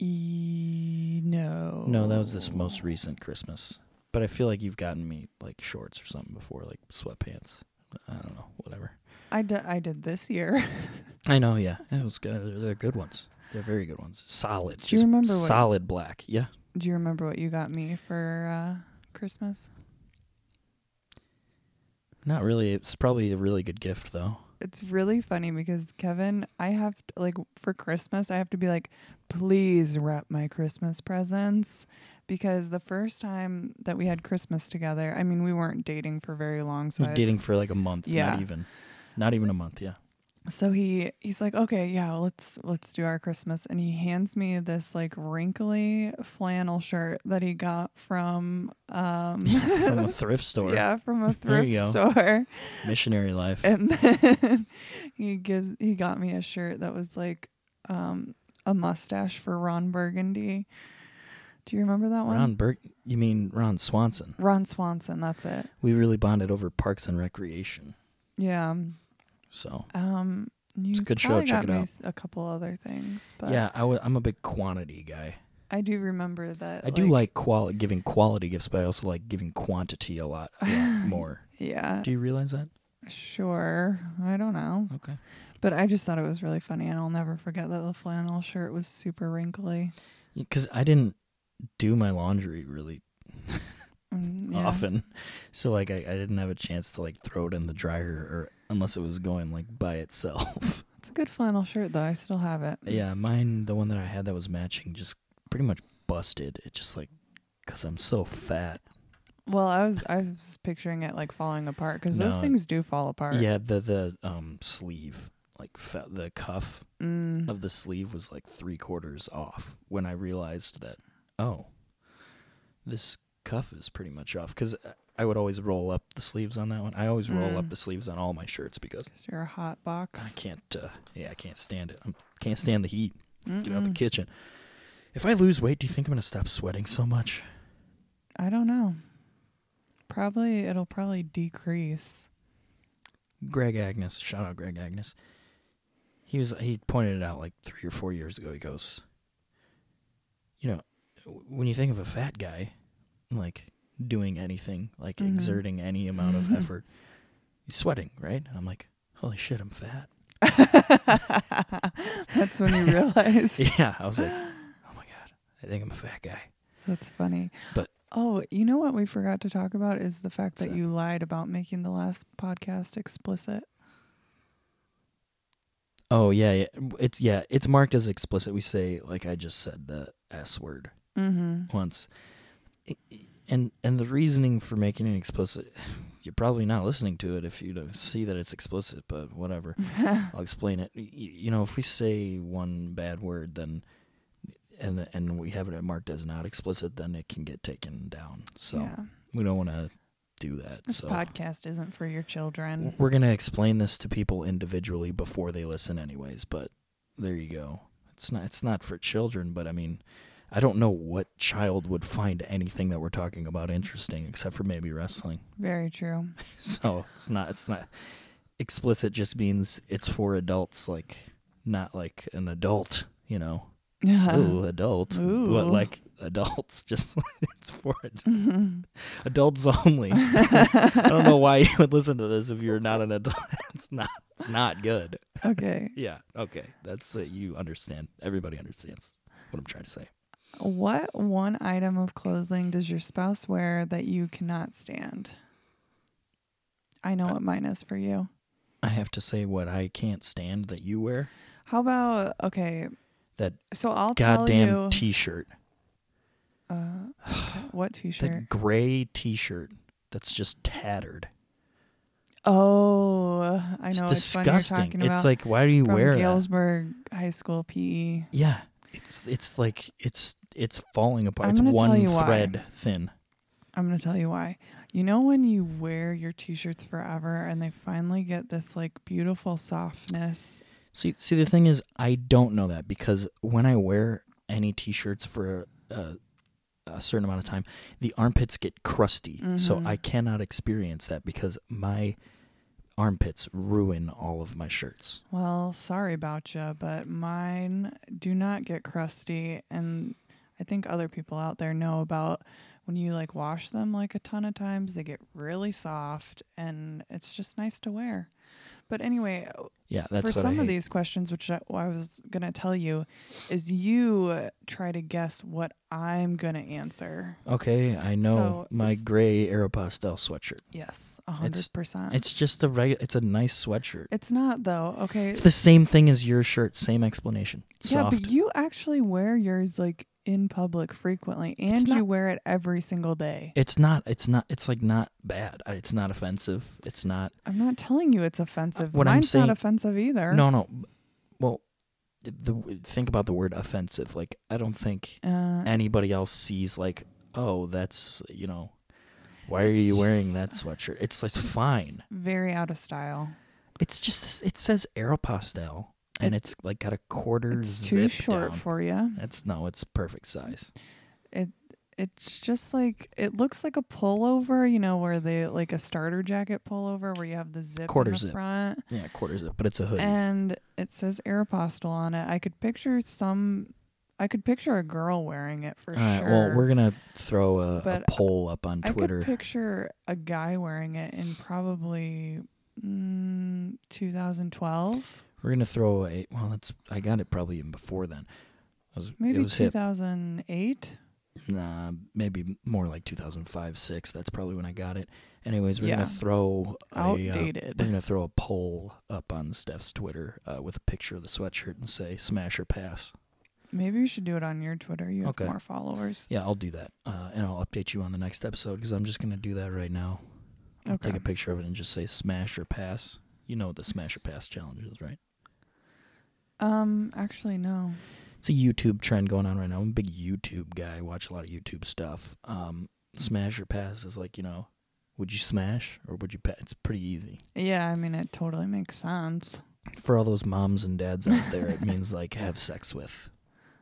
Speaker 2: E- no.
Speaker 1: No, that was this
Speaker 2: Oh.
Speaker 1: most recent Christmas. But I feel like you've gotten me like shorts or something before, like sweatpants. I don't know, whatever.
Speaker 2: I did. I did this year.
Speaker 1: I know, yeah. It was good. They're, they're good ones. They're very good ones. Solid.
Speaker 2: Do you
Speaker 1: just
Speaker 2: remember what-
Speaker 1: solid black? Yeah.
Speaker 2: Do you remember what you got me for uh, Christmas?
Speaker 1: Not really. It's probably a really good gift though.
Speaker 2: It's really funny because Kevin, I have to, like for Christmas, I have to be like, please wrap my Christmas presents. Because the first time that we had Christmas together, I mean, we weren't dating for very long. So
Speaker 1: We're
Speaker 2: it's-
Speaker 1: dating for like a month,
Speaker 2: Yeah.
Speaker 1: not even, not even a month. Yeah,
Speaker 2: so he he's like, okay, yeah, let's let's do our Christmas, and he hands me this like wrinkly flannel shirt that he got from um
Speaker 1: from a thrift store.
Speaker 2: yeah from a
Speaker 1: There
Speaker 2: thrift
Speaker 1: you go.
Speaker 2: store.
Speaker 1: Missionary life.
Speaker 2: and then he gives he got me a shirt that was like um a mustache for Ron Burgundy. Do you remember that one?
Speaker 1: Ron Burke. You mean Ron Swanson?
Speaker 2: Ron Swanson, that's it.
Speaker 1: We really bonded over Parks and Recreation.
Speaker 2: Yeah.
Speaker 1: So
Speaker 2: Um you
Speaker 1: It's a good show,
Speaker 2: probably
Speaker 1: check
Speaker 2: got
Speaker 1: it
Speaker 2: me
Speaker 1: out.
Speaker 2: s- A couple other things, but
Speaker 1: yeah, i w- I'm a big quantity guy.
Speaker 2: I do remember that.
Speaker 1: I do like quali- giving quality gifts, but I also like giving quantity a lot, a lot more.
Speaker 2: Yeah,
Speaker 1: Do you realize that?
Speaker 2: sure. I don't know,
Speaker 1: Okay.
Speaker 2: but I just thought it was really funny, and I'll never forget that the flannel shirt was super wrinkly.
Speaker 1: Because I didn't do my laundry really
Speaker 2: Mm, yeah.
Speaker 1: often, so like I, I didn't have a chance to like throw it in the dryer or unless it was going like by itself.
Speaker 2: It's a good flannel shirt though. I still have it.
Speaker 1: yeah, mine the one that I had that was matching just pretty much busted. It just like because I'm so fat.
Speaker 2: Well, I was I was picturing it like falling apart because those
Speaker 1: No.
Speaker 2: things do fall apart.
Speaker 1: Yeah, the the um sleeve like fa- the cuff
Speaker 2: Mm.
Speaker 1: of the sleeve was like three quarters off when I realized that, oh, this cuff is pretty much off. Because I would always roll up the sleeves on that one. I always roll
Speaker 2: Mm.
Speaker 1: up the sleeves on all my shirts because
Speaker 2: 'Cause you're a hot box.
Speaker 1: I can't, uh, yeah, I can't stand it. I can't stand the heat. Get out the
Speaker 2: Mm-mm.
Speaker 1: kitchen. If I lose weight, do you think I'm going to stop sweating so much?
Speaker 2: I don't know. Probably it'll probably decrease.
Speaker 1: Greg Agnes, shout out Greg Agnes. He was he pointed it out like three or four years ago. He goes, you know, w- when you think of a fat guy, like doing anything, like
Speaker 2: Mhm.
Speaker 1: exerting any amount of effort, he's sweating, right? And I'm like, holy shit, I'm fat.
Speaker 2: That's when you realize.
Speaker 1: yeah, I was like, oh my god, I think I'm a fat guy.
Speaker 2: That's funny.
Speaker 1: But-
Speaker 2: oh, you know what we forgot to talk about is the fact that
Speaker 1: What's that?
Speaker 2: you lied about making the last podcast explicit.
Speaker 1: Oh yeah, yeah, it's yeah, it's marked as explicit. We say like I just said the s word.
Speaker 2: Mm-hmm.
Speaker 1: once. I- I- And and the reasoning for making it explicit, you're probably not listening to it if you don't see that it's explicit. But whatever, I'll explain it. Y- y- You know, if we say one bad word, then and and we have it marked as not explicit, then it can get taken down. So
Speaker 2: yeah.
Speaker 1: we don't want to do that.
Speaker 2: This
Speaker 1: so
Speaker 2: podcast isn't for your children.
Speaker 1: we're gonna explain this to people individually before they listen, anyways. But there you go. It's not it's not for children, but I mean, I don't know what child would find anything that we're talking about interesting, except for maybe wrestling.
Speaker 2: Very true.
Speaker 1: So it's not it's not explicit. Just means it's for adults, like not like an adult, you know. Ooh, adult. But
Speaker 2: Uh-huh. Ooh.
Speaker 1: like adults, just it's for ad-
Speaker 2: Mm-hmm.
Speaker 1: adults only. I don't know why you would listen to this if you're not an adult. It's not. It's not good.
Speaker 2: okay.
Speaker 1: Yeah. Okay. That's it. You understand. Everybody understands what I'm trying to say.
Speaker 2: What one item of clothing does your spouse wear that you cannot stand? I
Speaker 1: Uh,
Speaker 2: know what mine is for you.
Speaker 1: I have to say what I can't stand that you wear.
Speaker 2: How about okay?
Speaker 1: That
Speaker 2: So I'll tell
Speaker 1: goddamn
Speaker 2: you
Speaker 1: t-shirt.
Speaker 2: what T-shirt.
Speaker 1: That gray t-shirt that's just tattered.
Speaker 2: oh, I
Speaker 1: It's
Speaker 2: know. It's one you're
Speaker 1: disgusting.
Speaker 2: talking
Speaker 1: It's,
Speaker 2: about
Speaker 1: like why do you
Speaker 2: from
Speaker 1: wear that?
Speaker 2: Galesburg High School E. PE.
Speaker 1: Yeah. It's it's like it's it's falling apart.
Speaker 2: I'm
Speaker 1: it's
Speaker 2: gonna tell
Speaker 1: one
Speaker 2: you why.
Speaker 1: thread thin.
Speaker 2: I'm gonna tell you why. You know when you wear your T-shirts forever and they finally get this like beautiful softness.
Speaker 1: See, see, the thing is, I don't know that because when I wear any t-shirts for a, a certain amount of time, the armpits get crusty. So
Speaker 2: Mhm.
Speaker 1: I cannot experience that because my armpits ruin all of my shirts.
Speaker 2: Well, sorry about you, but mine do not get crusty, and I think other people out there know about when you like wash them like a ton of times, they get really soft, and it's just nice to wear. But anyway,
Speaker 1: Yeah, that's
Speaker 2: for
Speaker 1: what
Speaker 2: some
Speaker 1: I
Speaker 2: of
Speaker 1: hate.
Speaker 2: these questions, which I, I was gonna tell you, is you uh, try to guess what I'm gonna answer.
Speaker 1: Okay, I know
Speaker 2: So,
Speaker 1: my
Speaker 2: s-
Speaker 1: gray Aeropostale sweatshirt.
Speaker 2: Yes, a hundred percent.
Speaker 1: It's just a regu- It's a nice sweatshirt.
Speaker 2: it's not though. Okay,
Speaker 1: It's the same thing as your shirt. Same explanation.
Speaker 2: Yeah,
Speaker 1: Soft.
Speaker 2: but you actually wear yours like in public frequently and
Speaker 1: It's
Speaker 2: you
Speaker 1: not-
Speaker 2: wear it every single day.
Speaker 1: it's not. It's not. It's like not bad. It's not offensive. It's not.
Speaker 2: I'm not telling you it's offensive.
Speaker 1: What I'm
Speaker 2: Mine's
Speaker 1: saying-
Speaker 2: not offensive either.
Speaker 1: No, no. b- Well, the w- think about the word offensive. Like I don't think
Speaker 2: Uh,
Speaker 1: anybody else sees like, oh, that's you know, why are
Speaker 2: It's
Speaker 1: you wearing
Speaker 2: just-
Speaker 1: that sweatshirt? It's it's fine.
Speaker 2: very out of style.
Speaker 1: It's just it says Aeropostale, and
Speaker 2: It-
Speaker 1: it's like got a quarter
Speaker 2: It's
Speaker 1: zip
Speaker 2: too short
Speaker 1: down.
Speaker 2: for you.
Speaker 1: That's no, it's perfect size.
Speaker 2: It's just like it looks like a pullover, you know, where they like a starter jacket pullover where you have the zip
Speaker 1: Quarter
Speaker 2: in the
Speaker 1: zip.
Speaker 2: front.
Speaker 1: Yeah,
Speaker 2: Eh,
Speaker 1: quarter zip, but it's a hoodie.
Speaker 2: and it says Aeropostale on it. I could picture some. I could picture a girl wearing it for
Speaker 1: All right,
Speaker 2: sure.
Speaker 1: well, we're gonna throw a, a
Speaker 2: But
Speaker 1: poll up on
Speaker 2: I
Speaker 1: Twitter.
Speaker 2: could picture a guy wearing it in probably mm, 2012,
Speaker 1: we're gonna throw a well. That's I got it probably even before then. It was,
Speaker 2: maybe
Speaker 1: it was hip.
Speaker 2: 2008.
Speaker 1: Nah, maybe more like 2005, six. That's probably when I got it. Anyways, we're
Speaker 2: Yeah.
Speaker 1: gonna throw a. Uh,
Speaker 2: Outdated.
Speaker 1: we're gonna throw a poll up on Steph's Twitter uh, with a picture of the sweatshirt and say "Smash or Pass."
Speaker 2: maybe you should do it on your Twitter. You have
Speaker 1: Okay.
Speaker 2: more followers.
Speaker 1: Yeah, I'll do that, uh, and I'll update you on the next episode because I'm just gonna do that right now. I'll
Speaker 2: Okay.
Speaker 1: Take a picture of it and just say "Smash or Pass." You know what the "Smash or Pass" challenge is, right?
Speaker 2: Um, actually, no.
Speaker 1: it's a YouTube trend going on right now. I'm a big YouTube guy. I watch a lot of YouTube stuff. Um, smash or pass is like you know, would you smash or would you pass? It's pretty easy
Speaker 2: Yeah, I mean, it totally makes sense.
Speaker 1: for all those moms and dads out there. it means like have sex with.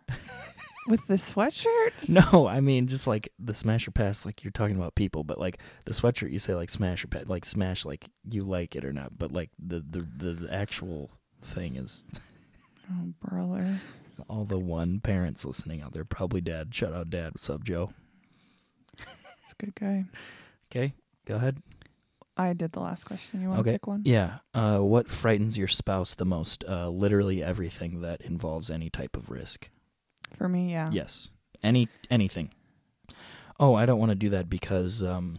Speaker 2: With the sweatshirt?
Speaker 1: No, I mean just like the smash or pass. Like you're talking about people, but like the sweatshirt, you say like smash or pass, like smash, like you like it or not. But like the the the, the actual thing is
Speaker 2: Oh, brother.
Speaker 1: all the one parents listening out there probably dad shout out dad what's up joe
Speaker 2: It's a good guy.
Speaker 1: okay go ahead
Speaker 2: I did the last question. You want
Speaker 1: Okay.
Speaker 2: to pick one?
Speaker 1: Yeah. Uh, what frightens your spouse the most? Uh, literally everything that involves any type of risk.
Speaker 2: For me, yeah.
Speaker 1: Yes. Any anything. Oh, I don't want to do that because um,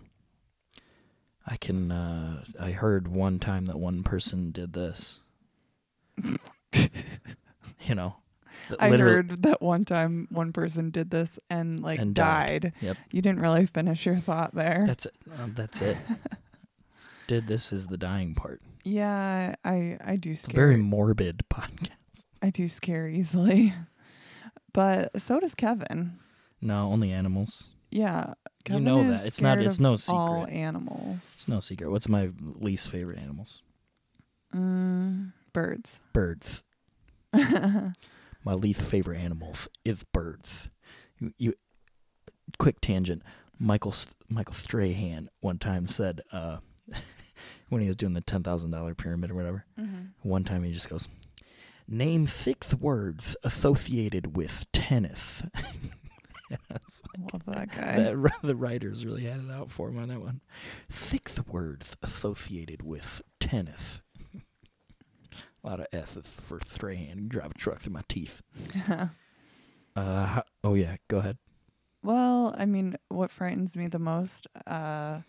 Speaker 1: I can. Uh, I heard one time that one person did this. you know. that
Speaker 2: I
Speaker 1: literally-
Speaker 2: heard that one time one person did this and like
Speaker 1: And died.
Speaker 2: died.
Speaker 1: Yep.
Speaker 2: You didn't really finish your thought there.
Speaker 1: That's it. Uh, that's it. did this is the dying part.
Speaker 2: yeah, I I do
Speaker 1: It's a
Speaker 2: scare.
Speaker 1: very morbid podcast.
Speaker 2: I do scare easily. But so does Kevin.
Speaker 1: No, only animals.
Speaker 2: Yeah, Kevin
Speaker 1: know
Speaker 2: is
Speaker 1: that. It's not-
Speaker 2: scared
Speaker 1: it's
Speaker 2: of
Speaker 1: no
Speaker 2: All
Speaker 1: secret. It's
Speaker 2: animals.
Speaker 1: no secret. What's my least favorite animals?
Speaker 2: Mm, birds.
Speaker 1: birds. My least favorite animals is birds. You, you quick tangent. Michael S- Michael Strahan one time said uh, when he was doing the ten thousand dollar pyramid or whatever. One time he just goes, "Name six words associated with tennis." And I was
Speaker 2: Love that guy.
Speaker 1: like, that, the writers really had it out for him on that one. Six words associated with tennis. a lot of S's for Strahan. You drive a truck through my teeth. Uh, ho- oh yeah, go ahead.
Speaker 2: Well, I mean, what frightens me the most, uh,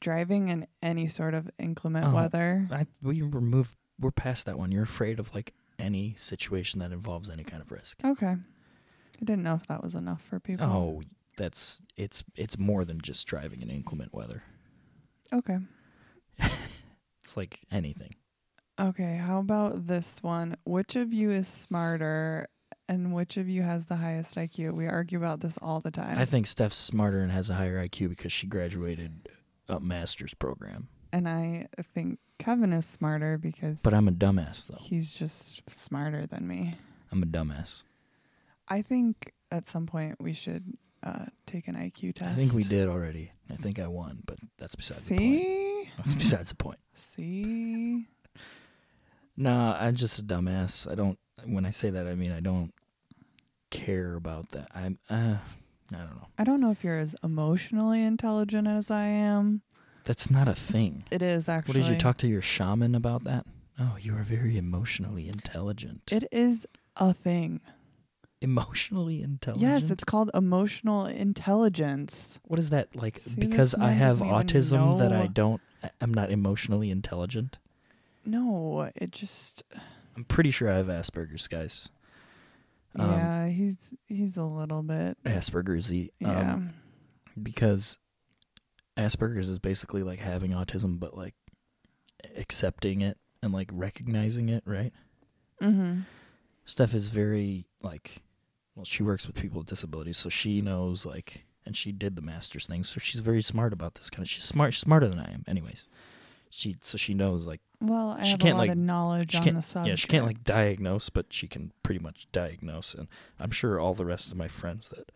Speaker 2: driving in any sort of inclement
Speaker 1: Oh.
Speaker 2: weather.
Speaker 1: I, we removed. We're past that one. You're afraid of like any situation that involves any kind of risk.
Speaker 2: Okay. I didn't know if that was enough for people.
Speaker 1: Oh, that's it's it's more than just driving in inclement weather. Oh.
Speaker 2: Okay.
Speaker 1: It's like anything.
Speaker 2: Okay. How about this one? Which of you is smarter and which of you has the highest IQ? We argue about this all the time.
Speaker 1: I think Steph's smarter and has a higher IQ because she graduated a master's program.
Speaker 2: and I think Kevin is smarter because
Speaker 1: But I'm a dumbass though.
Speaker 2: he's just smarter than me.
Speaker 1: I'm a dumbass.
Speaker 2: I think at some point we should uh, take an IQ test.
Speaker 1: I think we did already. I think I won, but that's besides the point.
Speaker 2: See?
Speaker 1: That's besides the point.
Speaker 2: See?
Speaker 1: Nah, I'm just a dumbass. I don't. When I say that, I mean I don't care about that. I'm. Uh, I don't know.
Speaker 2: I don't know if you're as emotionally intelligent as I am.
Speaker 1: That's not a thing.
Speaker 2: It is actually.
Speaker 1: What did you talk to your shaman about that? Oh, you are very emotionally intelligent.
Speaker 2: It is a thing.
Speaker 1: emotionally intelligent.
Speaker 2: Yes, it's called emotional intelligence.
Speaker 1: What is that like?
Speaker 2: See, this
Speaker 1: because I
Speaker 2: man
Speaker 1: have
Speaker 2: doesn't even
Speaker 1: autism that I
Speaker 2: know.
Speaker 1: don't. I- I'm not emotionally intelligent.
Speaker 2: No, it just
Speaker 1: I'm pretty sure I have Asperger's, guys. Um,
Speaker 2: yeah, he's he's a little bit
Speaker 1: Asperger's. Um,
Speaker 2: yeah.
Speaker 1: because Asperger's is basically like having autism, but like accepting it and like recognizing it, right?
Speaker 2: mm-hmm.
Speaker 1: Steph is very like, well, she works with people with disabilities, so she knows like, and she did the master's thing, so she's very smart about this kind of. She's smart, she's smarter than I am, anyways. She so she knows like
Speaker 2: Well, I
Speaker 1: She
Speaker 2: have
Speaker 1: can't,
Speaker 2: a lot
Speaker 1: like-
Speaker 2: of knowledge
Speaker 1: she
Speaker 2: on
Speaker 1: can't
Speaker 2: the subject.
Speaker 1: yeah she can't like diagnose, but she can pretty much diagnose, and I'm sure all the rest of my friends that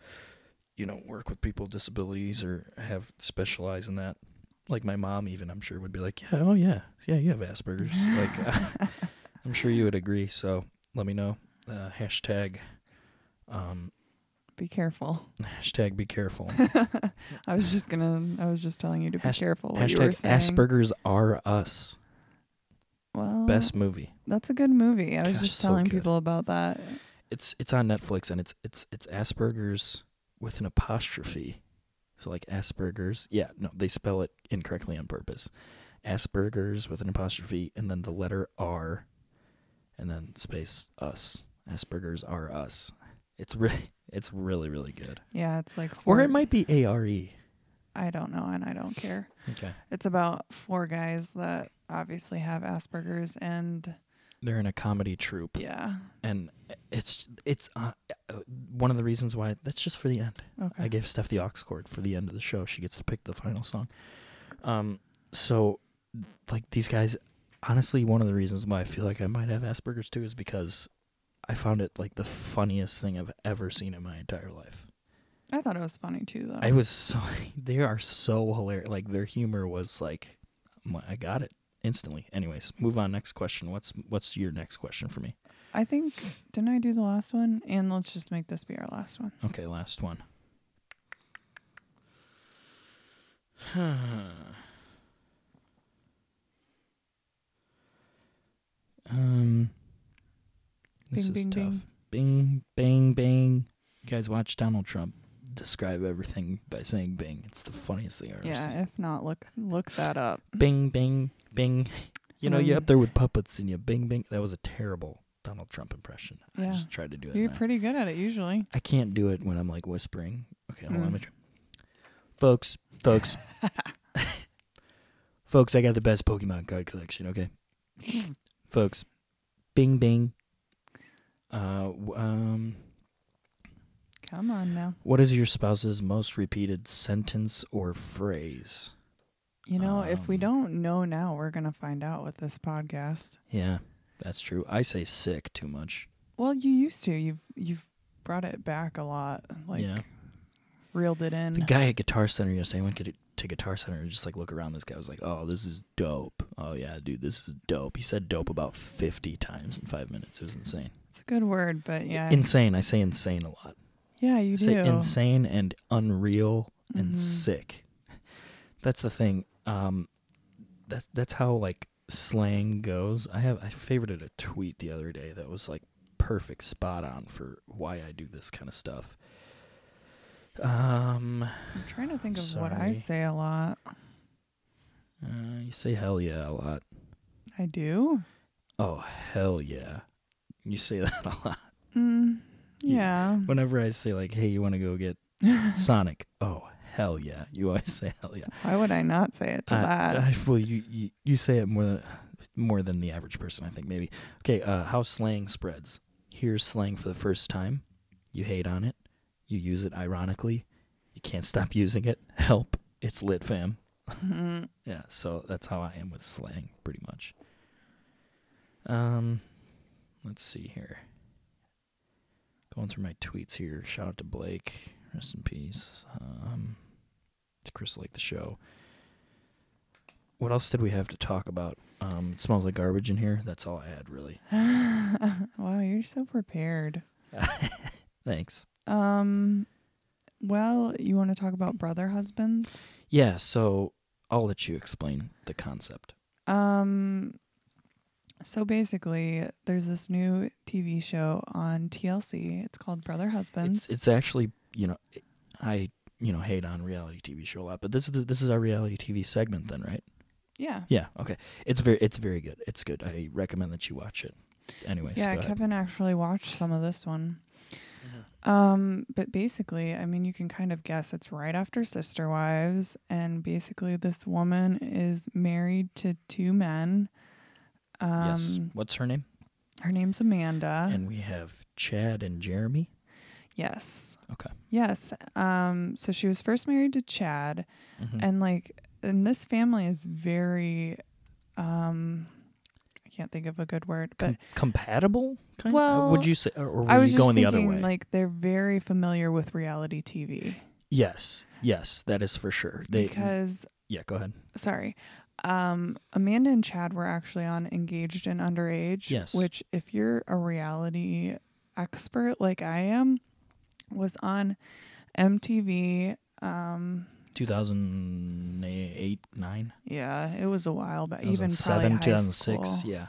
Speaker 1: you know work with people with disabilities or have specialize in that, like my mom even I'm sure would be like yeah oh yeah yeah you have Asperger's like I'm sure you would agree. So let me know uh, hashtag um,
Speaker 2: Be careful.
Speaker 1: Hashtag be careful.
Speaker 2: I was just gonna. I was just telling you to be
Speaker 1: Hash-
Speaker 2: careful what you were
Speaker 1: Hashtag
Speaker 2: saying.
Speaker 1: Asperger's are us.
Speaker 2: Well,
Speaker 1: Best movie.
Speaker 2: That's a good movie. I was
Speaker 1: Gosh,
Speaker 2: just
Speaker 1: so
Speaker 2: telling
Speaker 1: good.
Speaker 2: people about that.
Speaker 1: It's it's on Netflix and it's it's it's Asperger's with an apostrophe. So like Asperger's. Yeah, no, they spell it incorrectly on purpose. Asperger's with an apostrophe and then the letter R and then space us. Asperger's are us. It's really it's really really good.
Speaker 2: Yeah, it's like four.
Speaker 1: Or it might be A R E.
Speaker 2: I don't know, and I don't care.
Speaker 1: Okay.
Speaker 2: It's about four guys that obviously have Asperger's, and
Speaker 1: They're in a comedy troupe.
Speaker 2: yeah,
Speaker 1: and it's it's uh, uh, one of the reasons why that's just for the end.
Speaker 2: okay.
Speaker 1: I gave Steph the aux chord for the end of the show. She gets to pick the final song. Um, so like these guys, honestly, one of the reasons why I feel like I might have Asperger's too is because I found it like the funniest thing I've ever seen in my entire life.
Speaker 2: I thought it was funny too, though.
Speaker 1: I was so they are so hilarious. Like their humor was like, I'm like, I got it instantly. Anyways, move on. Next question. What's what's your next question for me?
Speaker 2: I think didn't I do the last one? And let's just make this be our last one.
Speaker 1: Okay, last one. um, this
Speaker 2: Bing,
Speaker 1: is
Speaker 2: bing,
Speaker 1: tough. Bing. bang, bang. You guys watch Donald Trump describe everything by saying bing. It's the funniest thing I've ever seen.
Speaker 2: Yeah, if not, look look that up.
Speaker 1: Bing, bing, bing. You know, you're
Speaker 2: Um,
Speaker 1: up there with puppets and you bing, bing. That was a terrible Donald Trump impression. I
Speaker 2: Yeah.
Speaker 1: just tried to do it.
Speaker 2: You're
Speaker 1: and I-
Speaker 2: pretty good at it usually.
Speaker 1: I can't do it when I'm like whispering. Okay, hold on.
Speaker 2: Mm.
Speaker 1: let me try. Folks, folks, folks, I got the best Pokemon card collection. Okay, folks, Bing Bing. Uh, w- um,
Speaker 2: Come on now.
Speaker 1: what is your spouse's most repeated sentence or phrase?
Speaker 2: You know, if we
Speaker 1: Um,
Speaker 2: don't know now, we're gonna find out with this podcast.
Speaker 1: Yeah, that's true. I say sick too much.
Speaker 2: Well, you used to. You've you've brought it back a lot. Like
Speaker 1: Yeah.
Speaker 2: reeled it in.
Speaker 1: The guy at Guitar Center yesterday, I went to, to Guitar Center and just like look around. This guy was like, "Oh, this is dope. Oh yeah, dude, this is dope." He said "dope" about fifty times in five minutes. It was insane.
Speaker 2: it's a good word, but yeah.
Speaker 1: Insane. I say insane a lot.
Speaker 2: yeah, you
Speaker 1: I
Speaker 2: do.
Speaker 1: say insane and unreal and
Speaker 2: Mhm.
Speaker 1: sick. That's the thing. Um, that's that's how like slang goes. I have I favorited a tweet the other day that was like perfect, spot on for why I do this kind of stuff. Um.
Speaker 2: I'm trying to think of what I
Speaker 1: Sorry.
Speaker 2: say a lot.
Speaker 1: Uh, you say hell yeah a lot.
Speaker 2: I do.
Speaker 1: Oh, hell yeah. You say that a lot.
Speaker 2: Mm,
Speaker 1: Yeah.
Speaker 2: yeah.
Speaker 1: Whenever I say, like, hey, you want to go get Sonic? Oh, hell yeah. You always say hell yeah.
Speaker 2: Why would I not say it to
Speaker 1: I-
Speaker 2: that?
Speaker 1: I- well, you, you, you say it more than, more than the average person, I think, maybe. Okay, uh, how slang spreads. Here's slang for the first time. You hate on it. You use it ironically. You can't stop using it. Help. It's lit, fam.
Speaker 2: Mm.
Speaker 1: Yeah, so that's how I am with slang, pretty much. Um, let's see here. Going through my tweets here. Shout out to Blake, rest in peace. Um, to Chris Lake, the show. What else did we have to talk about? Um, it smells like garbage in here. That's all I had, really.
Speaker 2: wow, you're so prepared.
Speaker 1: Thanks.
Speaker 2: Um, well, you want to talk about brother husbands?
Speaker 1: Yeah, so I'll let you explain the concept.
Speaker 2: Um, so basically, there's this new TV show on TLC. It's called Brother Husbands.
Speaker 1: It's, it's actually you know I you know hate on reality TV show a lot, but this is the, this is our reality TV segment then, right?
Speaker 2: yeah,
Speaker 1: Yeah. Okay. It's very it's very good. It's good. I recommend that you watch it. Anyways,
Speaker 2: yeah.
Speaker 1: go ahead.
Speaker 2: Kevin actually watched some of this one.
Speaker 1: Mm-hmm.
Speaker 2: Um, but basically, I mean, you can kind of guess it's right after Sister Wives, and basically, this woman is married to two men. Um, uh,
Speaker 1: yes. What's her name?
Speaker 2: her name's Amanda.
Speaker 1: and we have Chad and Jeremy.
Speaker 2: yes,
Speaker 1: Okay.
Speaker 2: yes. Um, so she was first married to Chad,
Speaker 1: Mhm.
Speaker 2: and like and this family is very um i can't think of a good word but
Speaker 1: Com- compatible kind of
Speaker 2: Well,
Speaker 1: would you say or or were
Speaker 2: i was
Speaker 1: you
Speaker 2: just
Speaker 1: going the
Speaker 2: thinking
Speaker 1: other way?
Speaker 2: like they're very familiar with reality tv
Speaker 1: yes. Yes, that is for sure. They
Speaker 2: because
Speaker 1: Yeah, go ahead.
Speaker 2: sorry um amanda and chad were actually on engaged and underage
Speaker 1: Yes.
Speaker 2: which if you're a reality expert like i am was on MTV. Um,
Speaker 1: 2008, 9,
Speaker 2: yeah, it was a while back. Even probably
Speaker 1: 2007,
Speaker 2: high
Speaker 1: 2006.
Speaker 2: school.
Speaker 1: Yeah.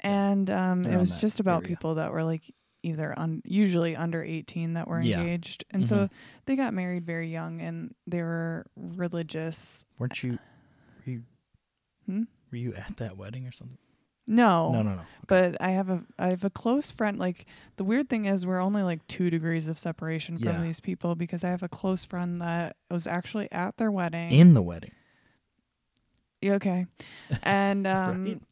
Speaker 2: and um, it
Speaker 1: Around
Speaker 2: was
Speaker 1: that
Speaker 2: just about
Speaker 1: area.
Speaker 2: people that were like either un- usually under 18 that were
Speaker 1: Yeah.
Speaker 2: engaged and so
Speaker 1: Mhm.
Speaker 2: they got married very young and they were religious
Speaker 1: Weren't you were you,
Speaker 2: Hmm? Oh.
Speaker 1: were you at that wedding or something?
Speaker 2: no
Speaker 1: No, no, no.
Speaker 2: but i have a i have a close friend like the weird thing is we're only like two degrees of separation from
Speaker 1: Yeah.
Speaker 2: these people because i have a close friend that was actually at their wedding
Speaker 1: In the wedding.
Speaker 2: Yeah, okay and um
Speaker 1: Right.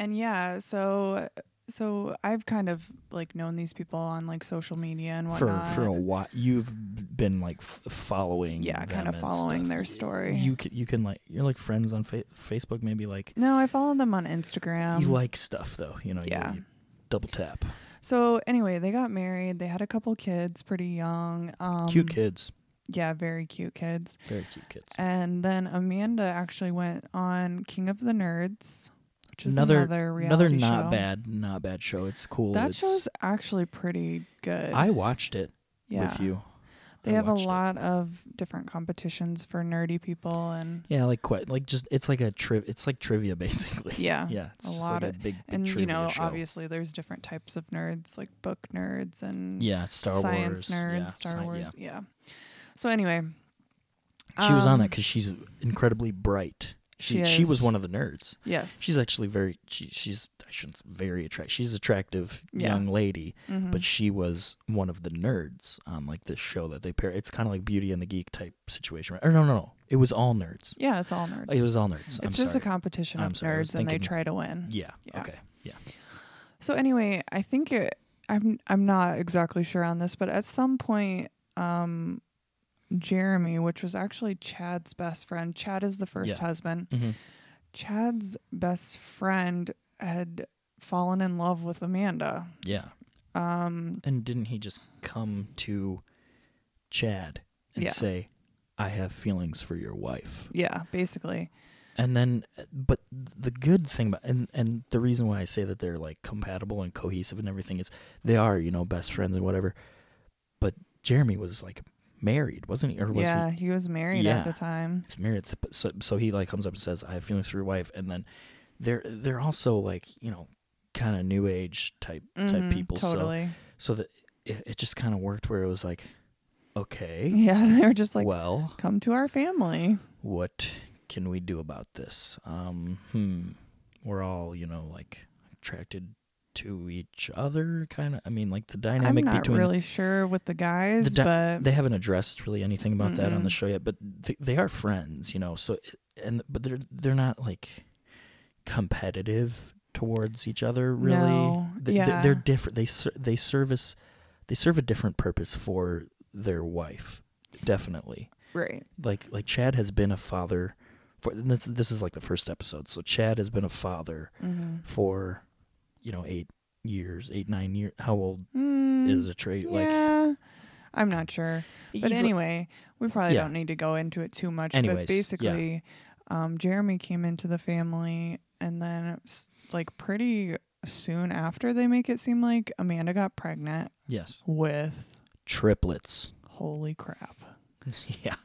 Speaker 2: and yeah so so i've kind of like known these people on like social media and
Speaker 1: For
Speaker 2: whatnot
Speaker 1: for a while you've been like f- following
Speaker 2: yeah
Speaker 1: them
Speaker 2: kind of
Speaker 1: and
Speaker 2: following
Speaker 1: stuff.
Speaker 2: their story
Speaker 1: You can you can like you're like friends on fa- Facebook maybe like
Speaker 2: no i follow them on instagram
Speaker 1: you like stuff though, you know, you-
Speaker 2: yeah.
Speaker 1: you double tap.
Speaker 2: so anyway they got married they had a couple kids pretty young um
Speaker 1: cute kids.
Speaker 2: yeah very cute kids
Speaker 1: Very cute kids.
Speaker 2: and then amanda actually went on king of the nerds which is
Speaker 1: another
Speaker 2: another
Speaker 1: another
Speaker 2: reality
Speaker 1: not
Speaker 2: show.
Speaker 1: bad, not bad show. It's cool.
Speaker 2: that
Speaker 1: it's,
Speaker 2: show's actually pretty good
Speaker 1: I watched it
Speaker 2: yeah
Speaker 1: with you.
Speaker 2: They
Speaker 1: I
Speaker 2: have a
Speaker 1: watched it.
Speaker 2: lot of different competitions for nerdy people and
Speaker 1: Yeah, like quite like just it's like a triv it's like trivia basically.
Speaker 2: yeah.
Speaker 1: Yeah, it's
Speaker 2: a
Speaker 1: just like
Speaker 2: lot
Speaker 1: a
Speaker 2: of-
Speaker 1: big, big
Speaker 2: And you
Speaker 1: trivia
Speaker 2: know,
Speaker 1: show.
Speaker 2: obviously there's different types of nerds like book nerds and
Speaker 1: yeah, Star
Speaker 2: science
Speaker 1: Wars,
Speaker 2: nerds,
Speaker 1: yeah,
Speaker 2: Star
Speaker 1: sci-
Speaker 2: Wars,
Speaker 1: yeah.
Speaker 2: yeah. So anyway,
Speaker 1: She was on
Speaker 2: um,
Speaker 1: that because she's incredibly bright. She
Speaker 2: she
Speaker 1: she was
Speaker 2: is.
Speaker 1: one of the nerds.
Speaker 2: Yes.
Speaker 1: She's actually very she, she's I shouldn't very attractive. She's an attractive
Speaker 2: Yeah.
Speaker 1: young lady,
Speaker 2: Mhm.
Speaker 1: but she was one of the nerds on like this show that they pair. It's kind of like Beauty and the Geek type situation. Right? Or no, no, no. It was all nerds.
Speaker 2: yeah, it's all nerds.
Speaker 1: Oh, It was all nerds.
Speaker 2: it's
Speaker 1: I'm
Speaker 2: just
Speaker 1: sorry.
Speaker 2: a competition
Speaker 1: I'm
Speaker 2: of
Speaker 1: sorry, I was
Speaker 2: nerds and they
Speaker 1: thinking-
Speaker 2: try to win.
Speaker 1: Yeah.
Speaker 2: Yeah.
Speaker 1: Okay. Yeah.
Speaker 2: So anyway, I think it, I'm I'm not exactly sure on this, but at some point, um, Jeremy, which was actually Chad's best friend, Chad is the first
Speaker 1: Yeah.
Speaker 2: husband.
Speaker 1: Mm-hmm.
Speaker 2: Chad's best friend had fallen in love with Amanda.
Speaker 1: Yeah.
Speaker 2: Um,
Speaker 1: And didn't he just come to Chad and
Speaker 2: Yeah.
Speaker 1: say, "I have feelings for your wife"?
Speaker 2: yeah, basically.
Speaker 1: And then, but the good thing about and and the reason why I say that they're like compatible and cohesive and everything is they are, you know, best friends and whatever. But Jeremy was like married, wasn't he? Or was
Speaker 2: yeah,
Speaker 1: he?
Speaker 2: he, was married
Speaker 1: Yeah.
Speaker 2: at the time.
Speaker 1: He's married, but so so he like comes up and says, "I have feelings for your wife," and then they're they're also like you know kind of new age type type
Speaker 2: Mhm,
Speaker 1: people. So
Speaker 2: Totally.
Speaker 1: so that it, it just kind of worked where it was like okay
Speaker 2: yeah, they were just like,
Speaker 1: well
Speaker 2: come to our family.
Speaker 1: what can we do about this um hmm we're all you know like attracted to each other kind of i mean like the dynamic
Speaker 2: I'm not
Speaker 1: between
Speaker 2: really sure with the guys,
Speaker 1: di-
Speaker 2: but
Speaker 1: they haven't addressed really anything about that on the
Speaker 2: Mm-mm.
Speaker 1: show yet but they, they are friends you know so it- and but they're they're not like competitive towards each other really
Speaker 2: No,
Speaker 1: they,
Speaker 2: yeah.
Speaker 1: they're different they ser- they service they serve a different purpose for their wife definitely
Speaker 2: right.
Speaker 1: like like Chad has been a father for and this this is like the first episode so Chad has been a father
Speaker 2: Mm-hmm.
Speaker 1: for you know 8 years 8 9 years how old is a trait like
Speaker 2: Mm, yeah, I'm not sure. But
Speaker 1: he's-
Speaker 2: anyway, we probably
Speaker 1: Yeah.
Speaker 2: don't need to go into it too much.
Speaker 1: Anyways, yeah.
Speaker 2: but basically, um, Jeremy came into the family, and then s- like pretty soon after, they make it seem like Amanda got pregnant
Speaker 1: yes
Speaker 2: with
Speaker 1: triplets
Speaker 2: holy crap.
Speaker 1: yeah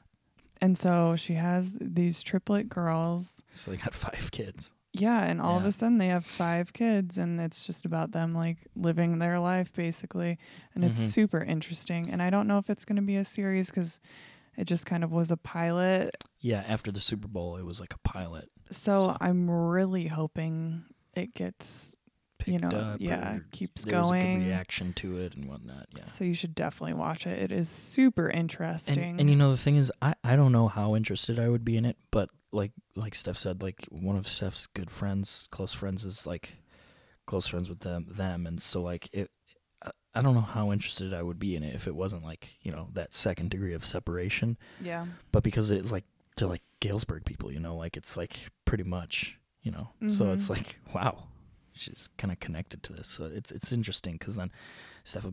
Speaker 2: And so she has these triplet girls.
Speaker 1: So they got five kids.
Speaker 2: Yeah, and all of
Speaker 1: Yeah.
Speaker 2: a sudden they have five kids, and it's just about them like living their life basically. And
Speaker 1: Mhm.
Speaker 2: it's super interesting. And I don't know if it's going to be a series because it just kind of was a pilot.
Speaker 1: Yeah, after the Super Bowl, it was like a pilot
Speaker 2: So,
Speaker 1: So-
Speaker 2: I'm really hoping it gets,
Speaker 1: picked
Speaker 2: you know,
Speaker 1: up.
Speaker 2: yeah,
Speaker 1: or
Speaker 2: keeps
Speaker 1: there was a good
Speaker 2: going.
Speaker 1: reaction to it and whatnot. Yeah.
Speaker 2: So you should definitely watch it. It is super interesting.
Speaker 1: And, and you know the thing is, I, I don't know how interested I would be in it, but like like Steph said, like one of Steph's good friends, close friends, is like close friends with them them, and so like it, I- I don't know how interested I would be in it if it wasn't like you know that second degree of separation,
Speaker 2: yeah.
Speaker 1: but because it's like they're like Galesburg people, you know, like it's like pretty much, you know. So
Speaker 2: Mhm.
Speaker 1: it's like, wow, she's kind of connected to this. So it's it's interesting because then stuff.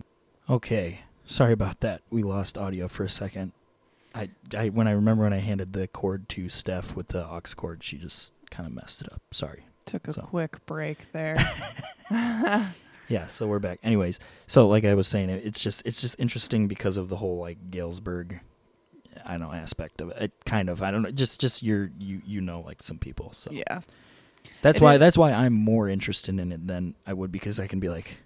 Speaker 1: Okay, sorry about that. We lost audio for a second. I, I when I remember when I handed the cord to Steph with the aux cord, she just kind of messed it up. Sorry.
Speaker 2: Took a
Speaker 1: So-
Speaker 2: quick break there.
Speaker 1: Yeah, so we're back. Anyways, so like I was saying, it- it's just it's just interesting because of the whole like Galesburg, I don't know aspect of it. it kind of I don't know, just just your you you know like some people. So
Speaker 2: Yeah.
Speaker 1: that's
Speaker 2: It
Speaker 1: why
Speaker 2: is-
Speaker 1: that's why I'm more interested in it than I would because I can be like,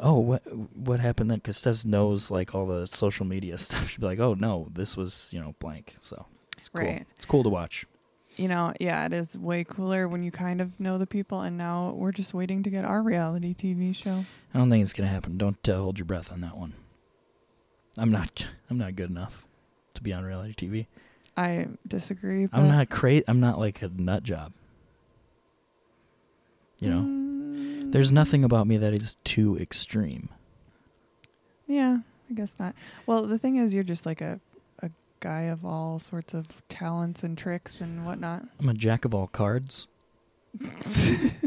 Speaker 1: oh what what happened then? Because Steph knows like all the social media stuff. She'd be like, oh no, this was you know blank. So it's cool.
Speaker 2: Right.
Speaker 1: It's cool to watch.
Speaker 2: You know, yeah, it is way cooler when you kind of know the people and now we're just waiting to get our reality TV show.
Speaker 1: I don't think it's gonna happen. Don't uh, hold your breath on that one. I'm not. I'm not good enough to be on reality TV.
Speaker 2: I disagree. But
Speaker 1: I'm not crazy. I'm not like a nut job. You know,
Speaker 2: Mm,
Speaker 1: there's nothing about me that is too extreme.
Speaker 2: Yeah, I guess not. Well, the thing is, you're just like a a guy of all sorts of talents and tricks and whatnot.
Speaker 1: I'm a jack of all cards. I,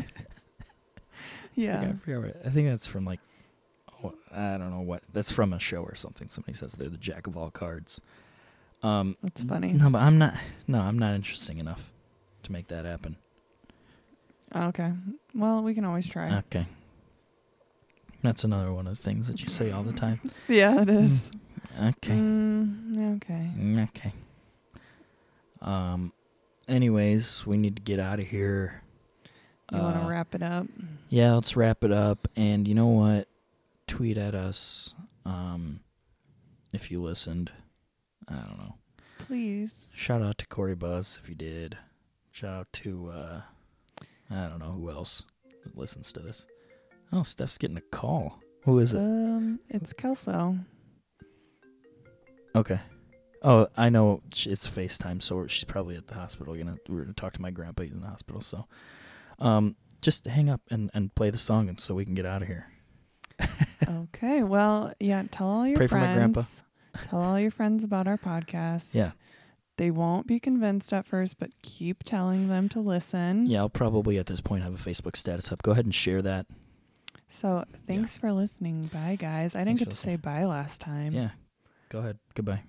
Speaker 2: Yeah.
Speaker 1: forgot, I, forgot what- I think that's from like, oh, I don't know what. That's from a show or something. Somebody says they're the jack of all cards. Um,
Speaker 2: That's funny.
Speaker 1: No, but I'm not. No, I'm not interesting enough to make that happen.
Speaker 2: Okay. Well, we can always try.
Speaker 1: Okay. That's another one of the things that you say all the time.
Speaker 2: yeah, it is.
Speaker 1: Okay.
Speaker 2: Mm, okay.
Speaker 1: Okay. Um. Anyways, we need to get out of here.
Speaker 2: You want
Speaker 1: Uh,
Speaker 2: to wrap it up?
Speaker 1: Yeah, let's wrap it up. And you know what? Tweet at us. Um, if you listened, I don't know.
Speaker 2: Please.
Speaker 1: Shout out to Corey Buzz if you did. Shout out to uh, I don't know who else listens to this. Oh, Steph's getting a call. Who is it?
Speaker 2: Um, it's Kelso.
Speaker 1: Okay. Oh, I know sh- it's FaceTime, so she's probably at the hospital. You know, we're gonna talk to my grandpa he's in the hospital, so um, just hang up and, and play the song, so we can get out of here.
Speaker 2: okay. Well, yeah. Tell all your
Speaker 1: Pray for
Speaker 2: friends.
Speaker 1: my grandpa.
Speaker 2: Tell all your friends about our podcast.
Speaker 1: Yeah.
Speaker 2: They won't be convinced at first, but keep telling them to listen.
Speaker 1: Yeah, I'll probably at this point have a Facebook status up. Go ahead and share that.
Speaker 2: So thanks for listening. Bye, guys. I didn't
Speaker 1: Thanks
Speaker 2: get
Speaker 1: for
Speaker 2: to say bye last time.
Speaker 1: Yeah, go ahead. Goodbye.